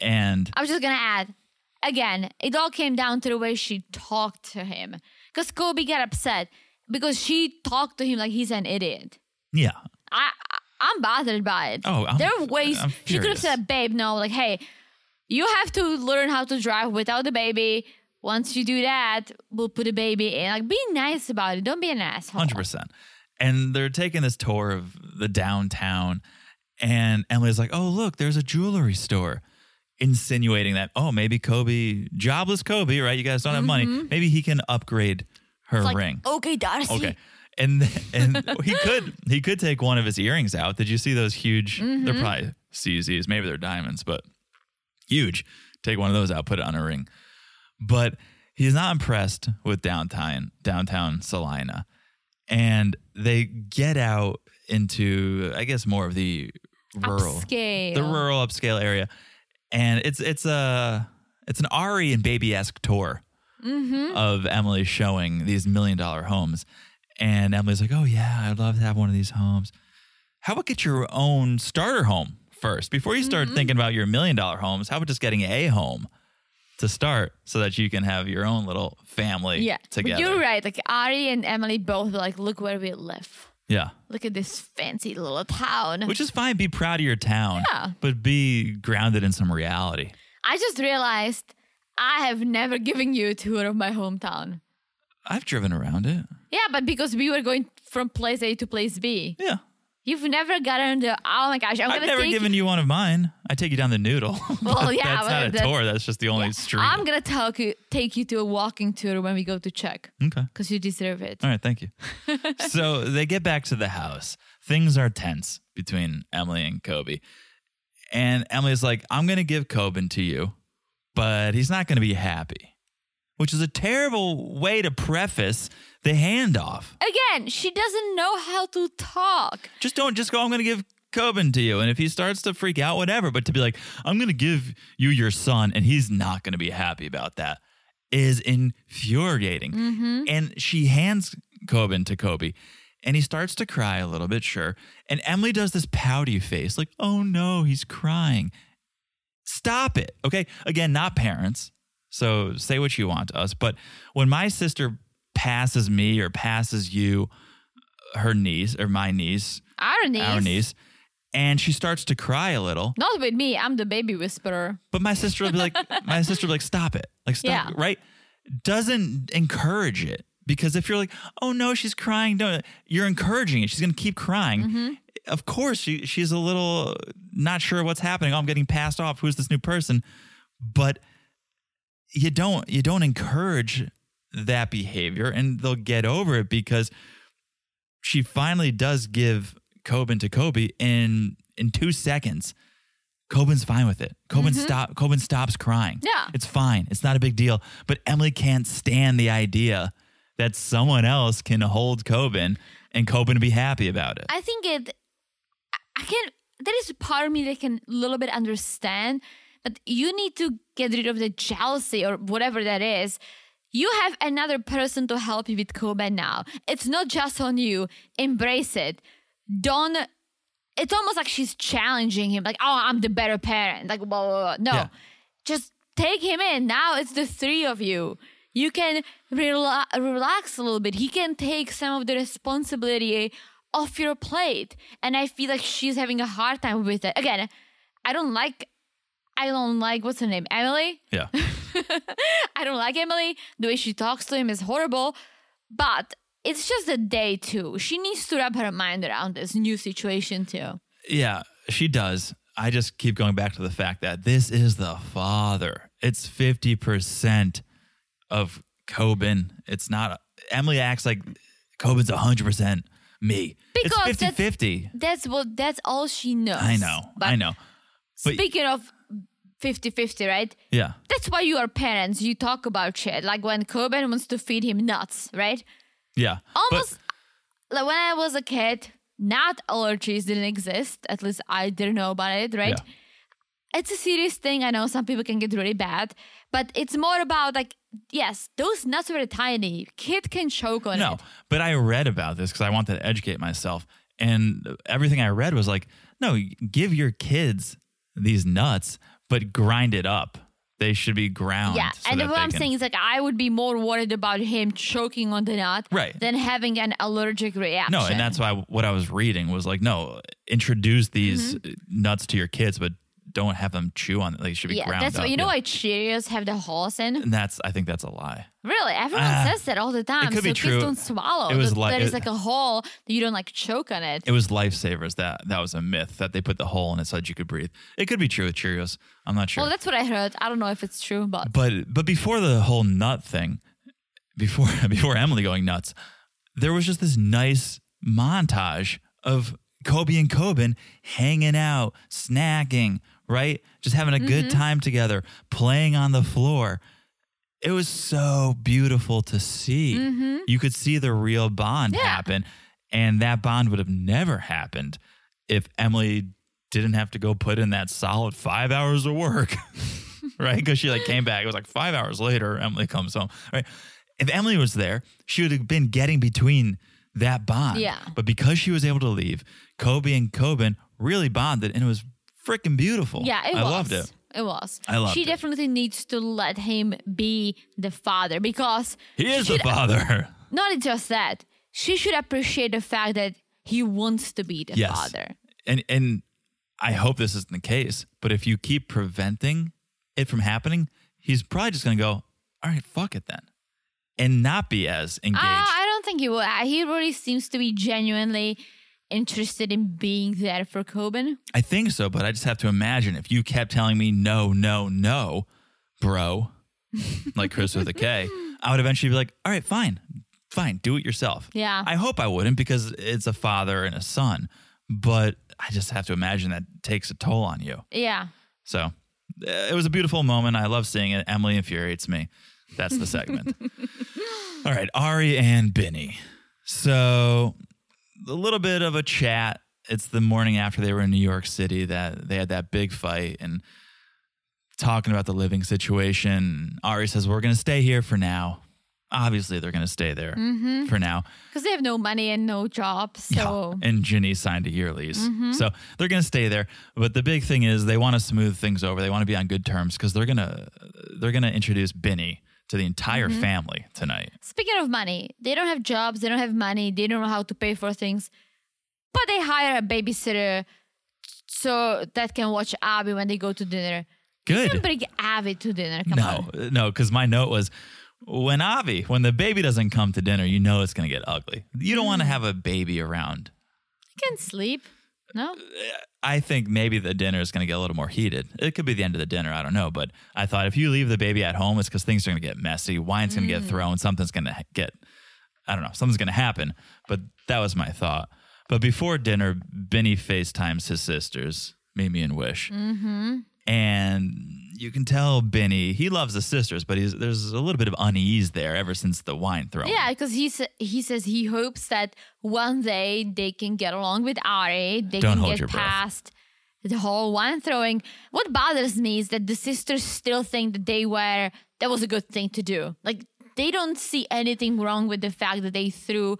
and
I was just gonna add, again, it all came down to the way she talked to him. Because Kobe got upset because she talked to him like he's an idiot.
yeah.
I, I I'm bothered by it.
Oh, I'm-
there are ways
I'm
she could have
furious.
said, "Babe, no, like, hey, you have to learn how to drive without the baby. Once you do that, we'll put a baby in. Like, be nice about it. Don't be an asshole."
Hundred percent. And they're taking this tour of the downtown, and Emily's like, "Oh, look, there's a jewelry store," insinuating that, "Oh, maybe Kobe, jobless Kobe, right? You guys don't have money. Maybe he can upgrade her
Mm-hmm. Like,
ring."
okay, Darcy.
Okay. And and he could he could take one of his earrings out. Did you see those huge? They're probably CZs. Maybe they're diamonds, but huge. Take one of those out, put it on a ring. But he's not impressed with downtown downtown Salina, and they get out into I guess more of the rural
Upscale.
the rural upscale area, and it's it's a it's an Ari and Baby esque tour
Mm-hmm.
of Emily showing these million dollar homes, and Emily's like, "Oh yeah, I'd love to have one of these homes. How about get your own starter home first. Before you
Mm-hmm.
start thinking about your million dollar homes, how about just getting a home to start so that you can have your own little family
Yeah. But
together?
You're right. Like Ari and Emily both were like, look where we live.
Yeah.
Look at this fancy little town.
Which is fine. Be proud of your town,
Yeah.
but be grounded in some reality.
I just realized I have never given you a tour of my hometown.
I've driven around it.
Yeah, but because we were going from place A to place B,
Yeah.
you've never gotten the. Oh my gosh, I'm
I've
gonna
never
take
given you one of mine. I take you down the noodle.
Well,
But
yeah,
That's
but
not a
that's-
tour. That's just the only street.
I'm gonna talk you, take you to a walking tour when we go to Czech
okay.
because you deserve it.
All right, thank you. so they get back to the house. Things are tense between Emily and Kobe. And Emily's like, I'm going to give Coben to you, but he's not going to be happy, which is a terrible way to preface the handoff.
Again, she doesn't know how to talk.
Just don't, just go, I'm going to give Coben to you. And if he starts to freak out, whatever, but to be like, I'm going to give you your son, and he's not going to be happy about that is infuriating. And she hands Coben to Kobe. And he starts to cry a little bit, sure. And Emily does this pouty face, like, oh no, he's crying. Stop it. Okay. Again, not parents. So say what you want to us. But when my sister passes me or passes you, her niece or my niece,
Our niece,
our niece, and she starts to cry a little,
not with me. I'm the baby whisperer.
but my sister would be like, my sister would be like, stop it. Like, stop,
Yeah.
it, right? Doesn't encourage it. Because if you're like, oh no, she's crying, no, you're encouraging it. She's going to keep crying. Of course, she, she's a little not sure what's happening. Oh, I'm getting passed off. Who's this new person? But you don't, you don't encourage that behavior and they'll get over it because she finally does give Coben to Kobe in, in two seconds. Coben's fine with it. Coben stop. Coben stops crying.
Mm-hmm. Yeah.
it's fine. It's not a big deal. But Emily can't stand the idea that someone else can hold Coben and Coben be happy about it.
I think it. I- I can. There is a part of me that can a little bit understand, but you need to get rid of the jealousy or whatever that is. You have another person to help you with Kobe now. It's not just on you. Embrace it. Don't. It's almost like she's challenging him, like, "Oh, I'm the better parent." Like, blah blah. blah. No,
Yeah.
just take him in. Now it's the three of you. You can rela- relax a little bit. He can take some of the responsibility off your plate. And I feel like she's having a hard time with it. Again, I don't like, I don't like, what's her name? Emily?
yeah,
I don't like Emily. The way she talks to him is horrible. But it's just a day too. She needs to wrap her mind around this new situation too.
yeah, she does. I just keep going back to the fact that this is the father. It's fifty percent of Coben. It's not Emily acts like Coben's hundred percent me.
Because
it's
that's-
50-50.
That's what, that's all she knows.
I know. I
But
know. But-
Speaking of 50 50, right?
Yeah.
That's why you are parents. You talk about shit. Like when Coben wants to feed him nuts, right?
Yeah. But-
Almost like when I was a kid, nut allergies didn't exist. At least I didn't know about it, right?
Yeah.
It's a serious thing. I know some people can get really bad, but it's more about like, yes, those nuts were tiny. Kid can choke on
No,
it.
but I read about this because I wanted to educate myself. And everything I read was like, no, give your kids these nuts, but grind it up. They should be ground.
Yeah,
so
and
that
what
they
I'm
can-
saying is like I would be more worried about him choking on the nut
Right.
than having an allergic reaction.
No, and that's why what I was reading was like, no, introduce these nuts to your kids, but don't have them chew on it. They should be
Mm-hmm. yeah,
ground
that's
up.
why you know
yeah.
why Cheerios have the holes in.
And that's, I think that's a lie.
Really, everyone
Ah,
says that all the time.
could
so
be
kids
true.
don't swallow.
It was
That-
like-
there is
it-
like a hole that you don't like choke on it.
It was lifesavers. That that was a myth that they put the hole in it so that you could breathe. It could be true with Cheerios. I'm not sure.
Well, that's what I heard. I don't know if it's true, but
But but before the whole nut thing, before before Emily going nuts, there was just this nice montage of Kobe and Coben hanging out, snacking, right? Just having a good time together, playing on the floor. It was so beautiful to see. You could see the real bond
Yeah.
happen. And that bond would have never happened if Emily didn't have to go put in that solid five hours of work. right? Because she like came back. It was like five hours later. Emily comes home. Right? If Emily was there, she would have been getting between that bond.
Yeah.
But because she was able to leave, Kobe and Coben really bonded, and it was freaking beautiful.
Yeah, it
I
was.
loved it.
It was.
I loved
she
it.
definitely needs to let him be the father because
He is
she
the
should-
father.
Not just that. She should appreciate the fact that he wants to be the
yes.
father.
And and I hope this isn't the case, but if you keep preventing it from happening, he's probably just going to go, "All right, fuck it then." And not be as engaged.
Uh, I don't think he will. Uh, He really seems to be genuinely interested in being there for Coben.
I think so, but I just have to imagine if you kept telling me no, no, no, bro, like Chris with a K, I would eventually be like, all right, fine, fine, do it yourself.
Yeah.
I hope I wouldn't because it's a father and a son, but I just have to imagine that takes a toll on you.
Yeah.
So uh, it was a beautiful moment. I love seeing it. Emily infuriates me. That's the segment. All right, Ari and Benny. So a little bit of a chat. It's the morning after they were in New York City that they had that big fight and talking about the living situation. Ari says, We're going to stay here for now. Obviously, they're going to stay there
Mm-hmm.
for now.
Because they have no money and no job. So
Yeah. And Ginny signed a year lease.
Mm-hmm.
So they're going to stay there. But the big thing is they want to smooth things over. They want to be on good terms because they're going to they're going to introduce Benny to the entire
Mm-hmm.
family tonight.
speaking of money, they don't have jobs, they don't have money, they don't know how to pay for things. But they hire a babysitter so that can watch Abby when they go to dinner.
Good.
Don't bring Abby to dinner. Come on.
No, no, because my note was when Avi, when the baby doesn't come to dinner, you know it's going to get ugly. You don't
Mm.
want to have a baby around.
You can sleep. No?
I think maybe the dinner is going to get a little more heated. It could be the end of the dinner. I don't know. But I thought if you leave the baby at home, it's because things are going to get messy. Wine's going to
Mm.
get thrown. Something's going to get, I don't know, something's going to happen. But that was my thought. But before dinner, Benny FaceTimes his sisters, Mimi and Wish. Mm-hmm. And you can tell Benny, he loves the sisters, but he's, there's a little bit of unease there ever since the wine thrown.
Yeah, because he, sa- he says he hopes that one day they can get along with Ari. They
Don't
can
hold
get
your breath.
past the whole wine throwing. What bothers me is that the sisters still think that they were, that was a good thing to do. Like, they don't see anything wrong with the fact that they threw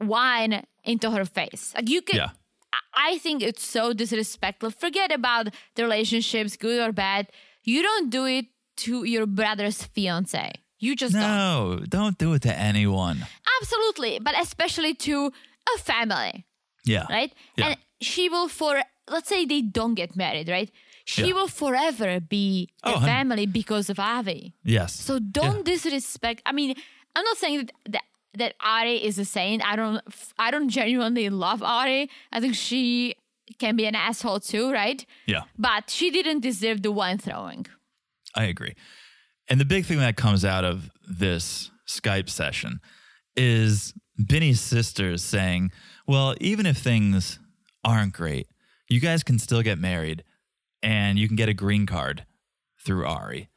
wine into her face. Like, you could.
Yeah.
I- I think it's so disrespectful. Forget about the relationships, good or bad. You don't do it to your brother's fiance. You just don't.
No, don't do it to anyone.
Absolutely, but especially to a family,
Yeah.
right?
Yeah.
And she will for let's say they don't get married, right? She
Yeah.
will forever be
Oh,
a
hun-
family because of Avi.
Yes.
So don't disrespect. I mean, I'm not saying that that, that Ari is a saint. I don't. I don't genuinely love Ari. I think she can be an asshole too, right?
Yeah.
But she didn't deserve the wine throwing.
I agree. And the big thing that comes out of this Skype session is Benny's sisters saying, well, even if things aren't great, you guys can still get married and you can get a green card through Ari.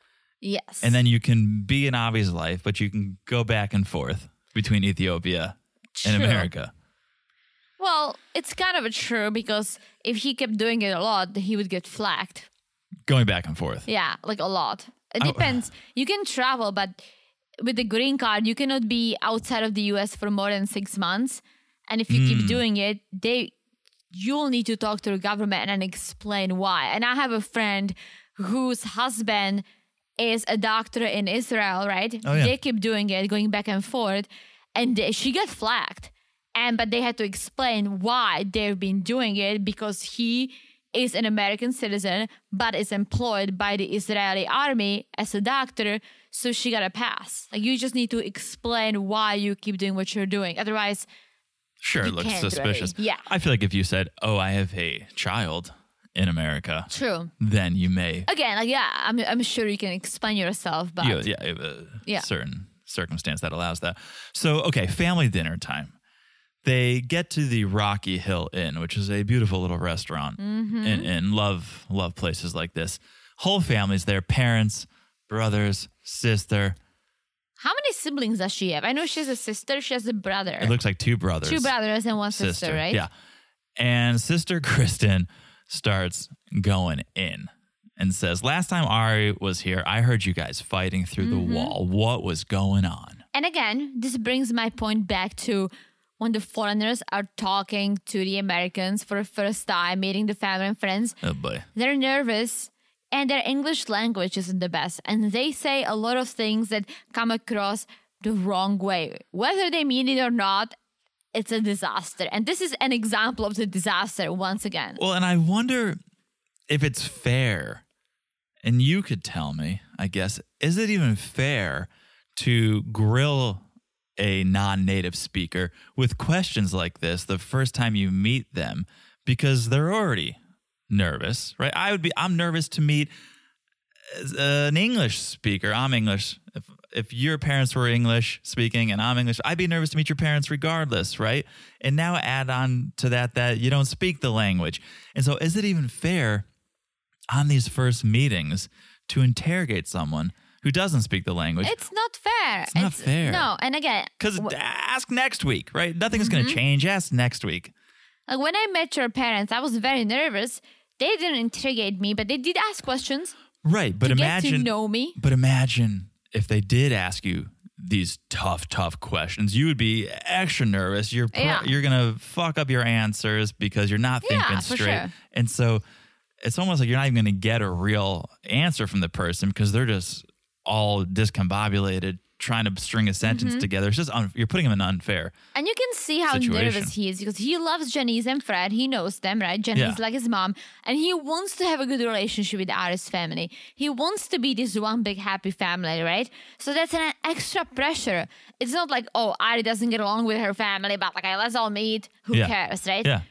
Yes.
And then you can be in Avi's life, but you can go back and forth between Ethiopia and
True.
America.
well, it's kind of a true because if he kept doing it a lot, he would get flagged.
Going back and forth.
Yeah, like a lot. It
Oh.
depends. You can travel, but with the green card, you cannot be outside of the US for more than six months. And if you keep doing it, they you'll need to talk to the government and explain why. And I have a friend whose husband is a doctor in Israel, right?
Oh, yeah.
They keep doing it, going back and forth, and they- she got flagged. And but they had to explain why they've been doing it because he is an American citizen but is employed by the Israeli army as a doctor, so she got a pass. Like you just need to explain why you keep doing what you're doing. Otherwise,
Sure, it looks
can't, right?
suspicious.
Yeah.
I feel like if you said, oh, I have a child in America,
true.
then you may
Again, like yeah, I'm I'm sure you can explain yourself, but
yeah, yeah, if a
Yeah.
certain circumstance that allows that. So, okay, family dinner time. They get to the Rocky Hill Inn, which is a beautiful little restaurant,
Mm-hmm.
and, and love love places like this. Whole families there, parents, brothers, sister.
How many siblings does she have? I know she has a sister, she has a brother.
It looks like two brothers,
Er, Two brothers and one sister, right?
Yeah, and sister Kristen starts going in and says, "Last time Ari was here, I heard you guys fighting
Mm-hmm.
through the wall. What was going on?"
And again, this brings my point back to when the foreigners are talking to the Americans for the first time, meeting the family and friends,
Oh boy.
they're nervous and their English language isn't the best. And they say a lot of things that come across the wrong way. Whether they mean it or not, it's a disaster. And this is an example of the disaster once again.
Well, and I wonder if it's fair, and you could tell me, I guess, is it even fair to grill a non native speaker with questions like this the first time you meet them because they're already nervous, right? I would be, I'm nervous to meet as an English speaker. I'm English. If, if your parents were English speaking and I'm English, I'd be nervous to meet your parents regardless, right? And now add on to that that you don't speak the language. And so is it even fair on these first meetings to interrogate someone who doesn't speak the language?
It's not fair. It's
not fair.
No, and again,
Because
wh-
ask next week, right? Nothing's going
Mm-hmm.
to change. Ask next week.
Like when I met your parents, I was very nervous. They didn't interrogate me, but they did ask questions
Right. But
to
imagine.
get to know me.
But imagine if they did ask you these tough, tough questions, you would be extra nervous. You're pro-
Yeah.
you're gonna fuck up your answers because you're not
Yeah,
thinking
for
straight,
sure.
and so it's almost like you're not even gonna get a real answer from the person because they're just all discombobulated trying to string a sentence
Mm-hmm.
together. It's just un- you're putting them in unfair.
And you can see how
Situation.
nervous he is because he loves Janice and Fred. He knows them, right? Janice
Yeah.
is like his mom. And he wants to have a good relationship with Aris family. He wants to be this one big happy family, right? So that's an extra pressure. It's not like, oh, Ari doesn't get along with her family, but like, let's all meet. Who
Yeah.
cares, right?
Yeah.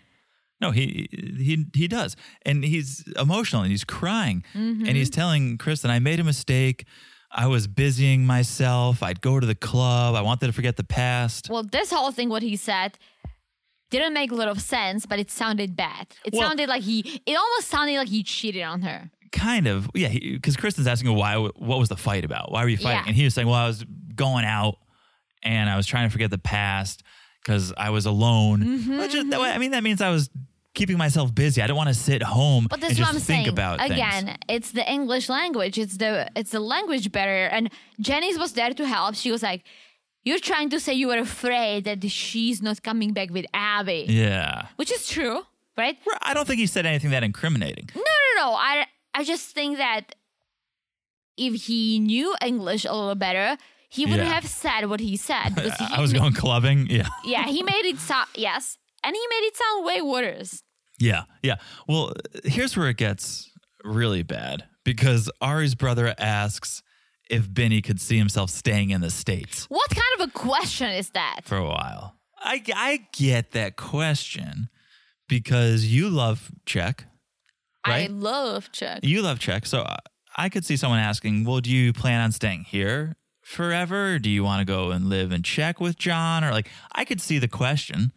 No, he he he does, and he's emotional and he's crying,
Mm-hmm.
and he's telling Kristen, "I made a mistake. I was busying myself. I'd go to the club. I wanted to forget the past."
Well, this whole thing, what he said, didn't make a lot of sense, but it sounded bad. It
Well-
sounded like he, it almost sounded like he cheated on her.
Kind of, yeah, because Kristen's asking him why. What was the fight about? Why were you fighting?
Yeah.
And he was saying, "Well, I was going out, and I was trying to forget the past because I was alone."
Mm-hmm,
Which is, I mean, that means I was keeping myself busy. I didn't want to sit home
But
and
that's
just
what I'm
think
saying.
about things.
Again, it's the English language. It's the it's the language barrier. And Janice was there to help. She was like, "You're trying to say you were afraid that she's not coming back with Abby,"
Yeah,
which is true, right?
I don't think he said anything that incriminating.
No, no, no. I I just think that if he knew English a little better, he would
Yeah.
have said what he said. because he
I was going clubbing. Yeah.
Yeah, he made it sound yes, and he made it sound way worse.
Yeah. Yeah. Well, here's where it gets really bad because Ari's brother asks if Benny could see himself staying in the States
What kind of a question is that?
for a while. I, I get that question because you love Czech.
I
Right?
love Chuck.
You love Czech. So I- I could see someone asking, well, do you plan on staying here forever? Do you want to go and live in Czech with John? Or like, I could see the question.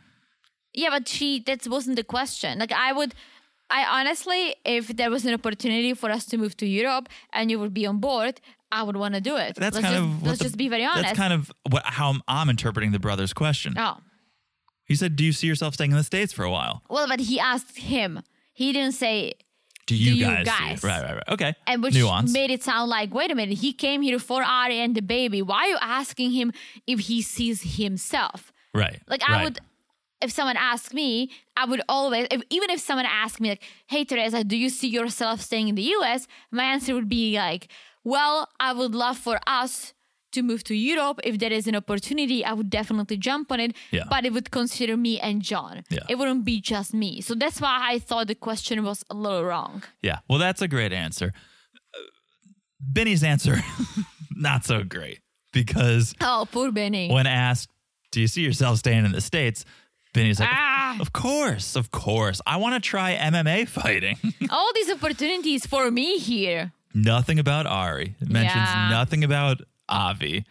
Yeah, but she that wasn't the question. Like I would I honestly, if there was an opportunity for us to move to Europe and you would be on board, I would want to do it.
That's
let's
kind
just,
of what
let's
the-
just be very honest.
That's kind of what, how I'm, I'm interpreting the brother's question.
oh.
He said, "Do you see yourself staying in the states for a while?
Well, but he asked him. He didn't say
Do you
you
guys? see it?"
guys?
Right, right, right. Okay.
and which
Nuance.
made it sound like, wait a minute, he came here for Ari and the baby. Why are you asking him if he sees himself?
right.
Like I
right.
would, if someone asked me, I would always, if, even if someone asked me like, "Hey Teresa, do you see yourself staying in the U.S.?" My answer would be like, "Well, I would love for us." To move to Europe, if there is an opportunity, I would definitely jump on it.
Yeah.
But it would consider me and John.
Yeah.
It wouldn't be just me. So that's why I thought the question was a little wrong.
Yeah. Well, that's a great answer. Uh, Benny's answer, not so great, because
Oh, poor Benny.
when asked, "Do you see yourself staying in the states?" Benny's like,
Ah.
"Of course, of course. I want to try MMA fighting."
All these opportunities for me here.
nothing about Ari. Mentions
Yeah.
nothing about Avi,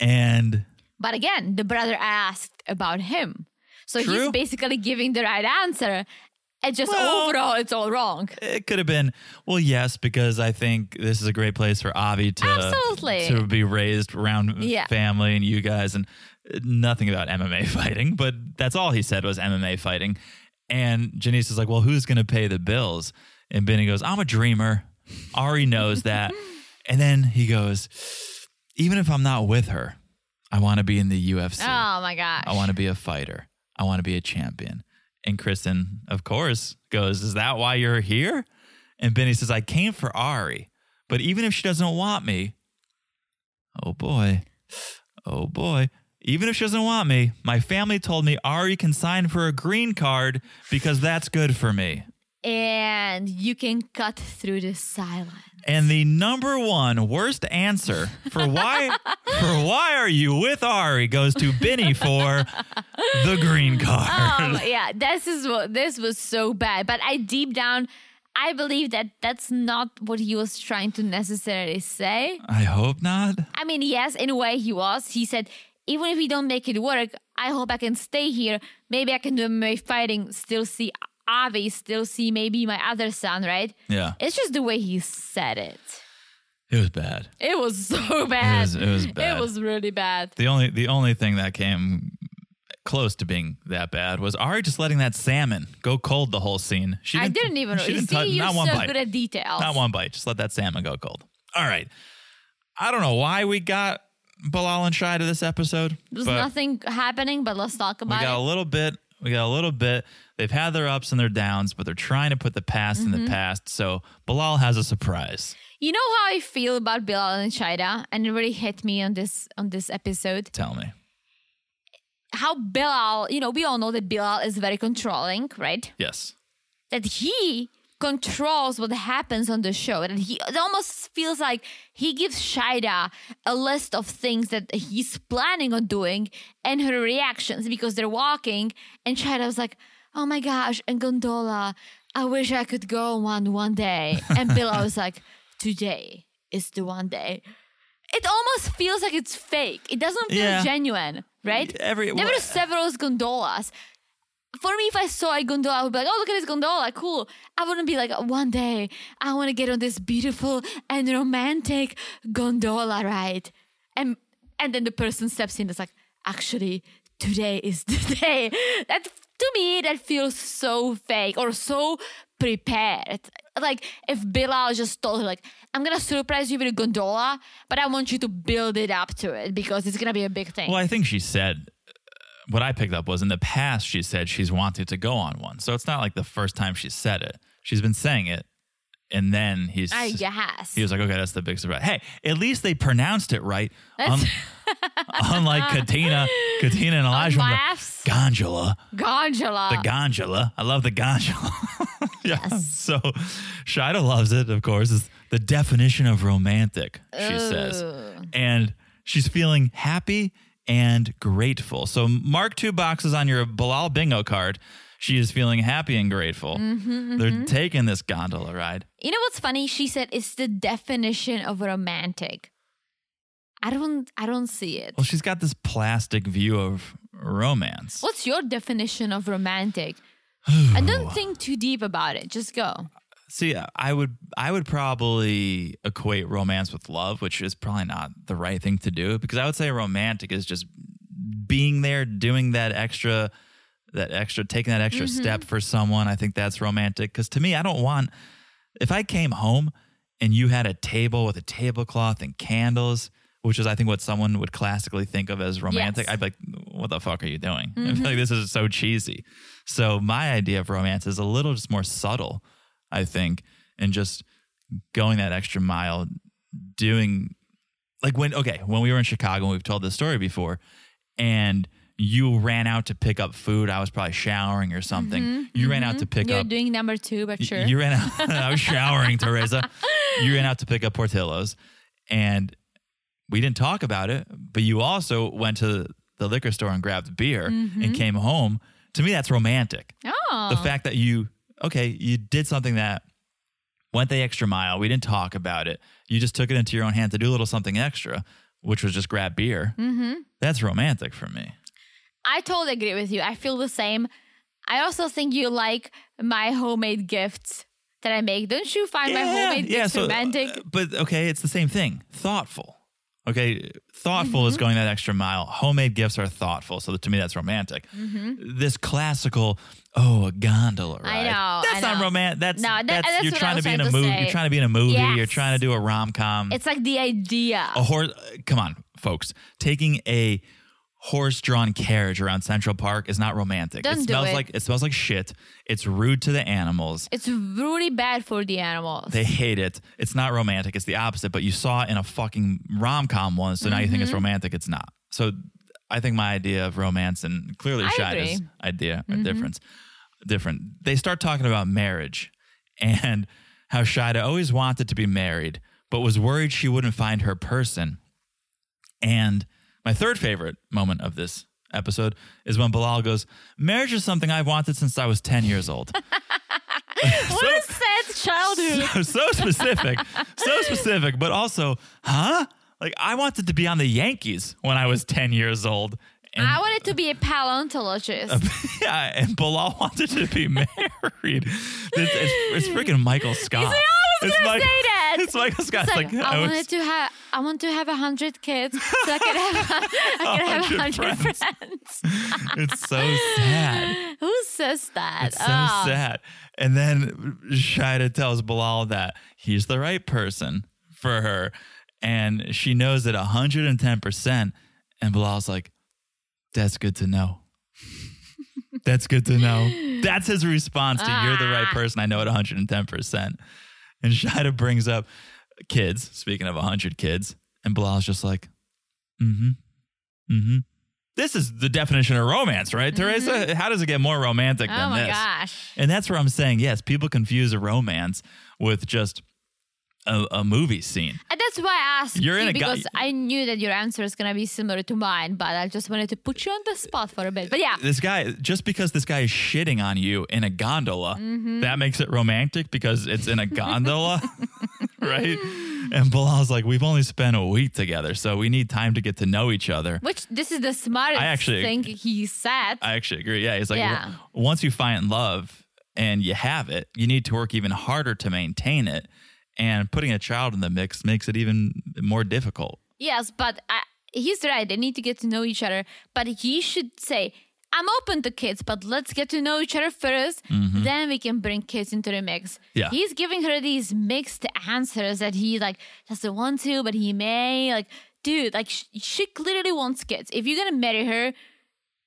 and
But again, the brother asked about him. So
True.
he's basically giving the right answer. And just
Well-
overall, it's all wrong.
It could have been, well, yes, because I think this is a great place for Avi to
Absolutely.
to be raised around
Yeah.
family and you guys, and uh, nothing about MMA fighting. But that's all he said was MMA fighting. And Janice is like, well, who's going to pay the bills? And Benny goes, I'm a dreamer. Ari knows that. and then he goes, even if I'm not with her, I want to be in the UFC.
Oh my gosh.
I want to be a fighter. I want to be a champion. And Kristen, of course, goes, Is that why you're here? And Benny says, I came for Ari. But even if she doesn't want me, oh boy, oh boy. Even if she doesn't want me, my family told me Ari can sign for a green card because that's good for me.
And you can cut through the silence.
And the number one worst answer for why for why are you with Ari goes to Benny for the green card.
Um, yeah, this is what this was so bad. But I deep down, I believe that that's not what he was trying to necessarily say.
I hope not.
I mean, yes, in a way he was. He said, even if we don't make it work, I hope I can stay here. Maybe I can do my fighting, still see Avi, still see maybe my other son, right?
Yeah.
It's just the way he said it.
It was bad.
It was so bad.
was- it was bad.
It was really bad.
The only the only thing that came close to being that bad was Ari just letting that salmon go cold the whole scene. She
I didn't even.
She
you
didn't
see,
touch
you're
not one
so
bite.
good at details.
Not one bite. Just let that salmon go cold. All right. I don't know why we got Bilal and Shai to this episode.
There's
but
nothing happening, but let's talk
We
about
got a
it.
little bit. We got a little bit. They've had their ups and their downs, but they're trying to put the past
Mm-hmm.
in the past. So Bilal has a surprise.
You know how I feel about Bilal and Shida, and it really hit me on this on this episode.
Tell me.
How Bilal, you know, we all know that Bilal is very controlling, right?
Yes.
That he controls what happens on the show, and he it almost feels like he gives Shida a list of things that he's planning on doing and her reactions because they're walking, and Shida was like, "Oh my gosh!" and Gondola, I wish I could go one one day, and Bilal was like, "Today is the one day." It almost feels like it's fake. It doesn't feel
Yeah.
genuine, right?
Every-
there were several gondolas. For me, if I saw a gondola, I would be like, "Oh, look at this gondola, cool." I wouldn't be like, "One day, I want to get on this beautiful and romantic gondola ride," and and then the person steps in. It's like, actually, today is the day. That to me, that feels so fake or so prepared. Like if Bilal just told her, like, "I'm gonna surprise you with a gondola, but I want you to build it up to it because it's gonna be a big thing."
Well, I think she said uh, what I picked up was in the past she said she's wanted to go on one. So it's not like the first time she said it. She's been saying it, and then he's
I guess.
he was like, okay, that's the big surprise. Hey, at least they pronounced it right. Um, unlike Katina, Katina and Elijah, were like,
Laughs.
Gondola,
Gondola.
the gondola. I love the gondola. yeah. So Shida loves it, of course. It's the definition of romantic, she says. And she's feeling happy and grateful. So mark two boxes on your Bilal bingo card. She is feeling happy and grateful. They're taking this gondola ride.
you know what's funny? She said it's the definition of romantic. I don't I don't see it.
Well, she's got this plastic view of romance.
What's your definition of romantic? I don't think too deep about it. Just go.
See, I would I would probably equate romance with love, which is probably not the right thing to do because I would say romantic is just being there, doing that extra that extra taking that extra step for someone. I think that's romantic cuz to me I don't want if I came home and you had a table with a tablecloth and candles, which is I think what someone would classically think of as romantic,
Yes.
I'd be like, "What the fuck are you doing?" I feel like this is so cheesy. So my idea of romance is a little just more subtle, I think, and just going that extra mile, doing like when okay when we were in Chicago and we've told this story before, and you ran out to pick up food. I was probably showering or something. Mm-hmm, You ran out to pick
Mm-hmm. You're
up
doing number two, but
Y-
sure.
You ran out. I was showering, Teresa. You ran out to pick up Portillo's, and we didn't talk about it. But you also went to the liquor store and grabbed beer and came home. To me, that's romantic.
oh.
The fact that you okay, you did something that went the extra mile. We didn't talk about it. You just took it into your own hand to do a little something extra, which was just grab beer. Mm-hmm. That's romantic for me.
I totally agree with you. I feel the same. I also think you like my homemade gifts that I make. Don't you find my homemade gifts
so,
romantic?
uh, But okay, it's the same thing. Thoughtful. Okay, thoughtful
Mm-hmm.
is going that extra mile. Homemade gifts are thoughtful, so to me that's romantic. This classical, oh, a gondola ride.
know,
That's
Mm-hmm. I
not
know.
romantic. That's
No, that-
that's,
that's
you're
what I
trying to
was
be in a
trying to
movie.
say.
You're trying to do a movie. You're
Yes.
trying to do a rom com. Oh.
it's like the idea.
a horse. Come on, folks. Taking a horse-drawn carriage around Central Park is not romantic.
Don't
it
do
smells
it.
like it smells like shit. It's rude to the animals.
It's really bad for the animals.
They hate it. It's not romantic. It's the opposite. But you saw it in a fucking rom com once, so now you think it's
Mm-hmm.
romantic. It's not. So I think my idea of romance and clearly
I
Shina's
agree. Mm-hmm.
idea are different. Different. They start talking about marriage and how Shida always wanted to be married, but was worried she wouldn't find her person. And my third favorite moment of this episode is when Bilal goes, Marriage is something I've wanted since I was 10 years old.
what a sad childhood.
so, so specific, so specific, but also, huh? Like I wanted to be on the Yankees when I was ten years old. And,
I wanted to be a paleontologist.
yeah, and Bilal wanted to be married. it's, it's, it's freaking Michael Scott.
was
it's
gonna
Michael,
say that.
It's Michael Scott.
It's
It's like,
like, "Oh, I,
was-
wanted to have I want to have a hundred kids so I can have I can have a
100
hundred friends.
it's so sad.
Who says that?
It's so
Oh.
sad. And then Shida tells Bilal that he's the right person for her. And she knows it 110%. And Bilal's like, that's good to know. that's good to know. That's his response to you're the right
Ah.
person. I know it 110%. And Shida brings up kids, speaking of 100 kids. And Bilal's just like, mm hmm, mm hmm. This is the definition of romance, right, Teresa? How does it get more romantic
Mm-hmm. Oh
than
my
this?
gosh.
And that's where I'm saying, yes, people confuse a romance with just a, a movie scene.
And that's why I asked
You're in
you
a guy-
because I knew that your answer is gonna be similar to mine, but I just wanted to put you on the spot for a bit. But yeah.
This guy, just because this guy is shitting on you in a gondola, that makes it romantic because it's in a gondola, right? And Bilal's like, we've only spent a week together, so we need time to get to know each other.
Which this is the smartest
I actually-
thing he said.
I actually agree. Yeah, he's like,
Yeah.
"Well, once you find love and you have it, you need to work even harder to maintain it. And putting a child in the mix makes it even more difficult.
yes, but I, he's right. They need to get to know each other. But he should say, I'm open to kids, but let's get to know each other 1st Then we can bring kids into the mix.
Mm-hmm. Yeah.
He's giving her these mixed answers that he like doesn't want to, but he may. Like, dude, like sh- she clearly wants kids. If you're gonna marry her,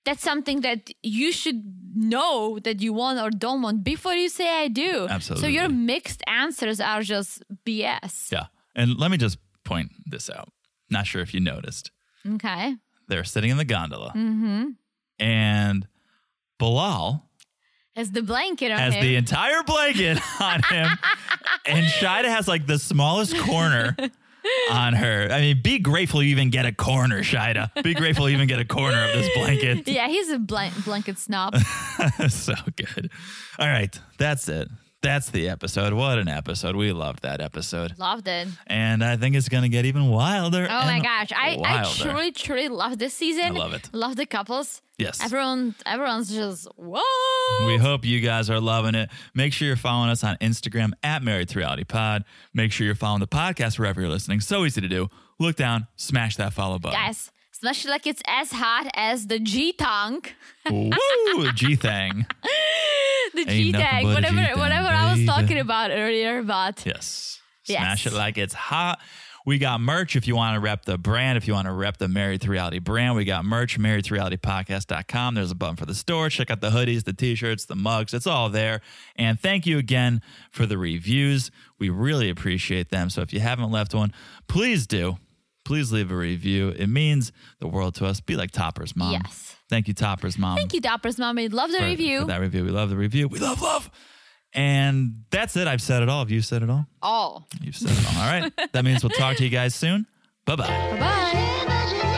that's something that you should know that you want or don't want before you say I do. So
Absolutely.
your mixed answers are just BS.
Yeah. And let me just point this out. Not sure if you noticed.
Okay.
They're sitting in the gondola. Mm-hmm. And Bilal
Has the blanket on
has
him.
the entire blanket on him. and Shida has like the smallest corner on her. I mean, be grateful you even get a corner, Shida. Be grateful you even get a corner of this blanket.
yeah, he's a blank, blanket snob.
so good. All right. That's it. That's the episode. What an episode. We loved that episode.
Loved it.
And I think it's going to get even wilder.
Oh my
and
gosh. I, I
wilder.
truly, truly love this season.
I love it.
Love the couples.
Yes.
Everyone everyone's just whoa.
We hope you guys are loving it. Make sure you're following us on Instagram at Married to Reality Pod. Make sure you're following the podcast wherever you're listening. So easy to do. Look down, smash that follow button.
Guys, smash it like it's as hot as the G tongue.
Woo, G thing.
The G
Ain't nothing
tag.
but a
Whatever
G-tang,
whatever I was
baby.
talking about earlier, but
Yes.
Yes.
Smash it like it's hot. We got merch if you want to rep the brand, if you want to rep the Married to Reality brand. We got merch, married to reality podcast.com. There's a button for the store. Check out the hoodies, the t shirts, the mugs. It's all there. And thank you again for the reviews. We really appreciate them. So if you haven't left one, please do. Please leave a review. It means the world to us. Be like Topper's mom.
Yes.
Thank you, Topper's mom
Thank you, Doppers Mommy. Love the
for-
review.
For that review. We love the review. We love love. And that's it. I've said it all. Have you said it all?
All.
You've said it all. All right. That means we'll talk to you guys soon. Bye bye.
Bye bye.
Imagine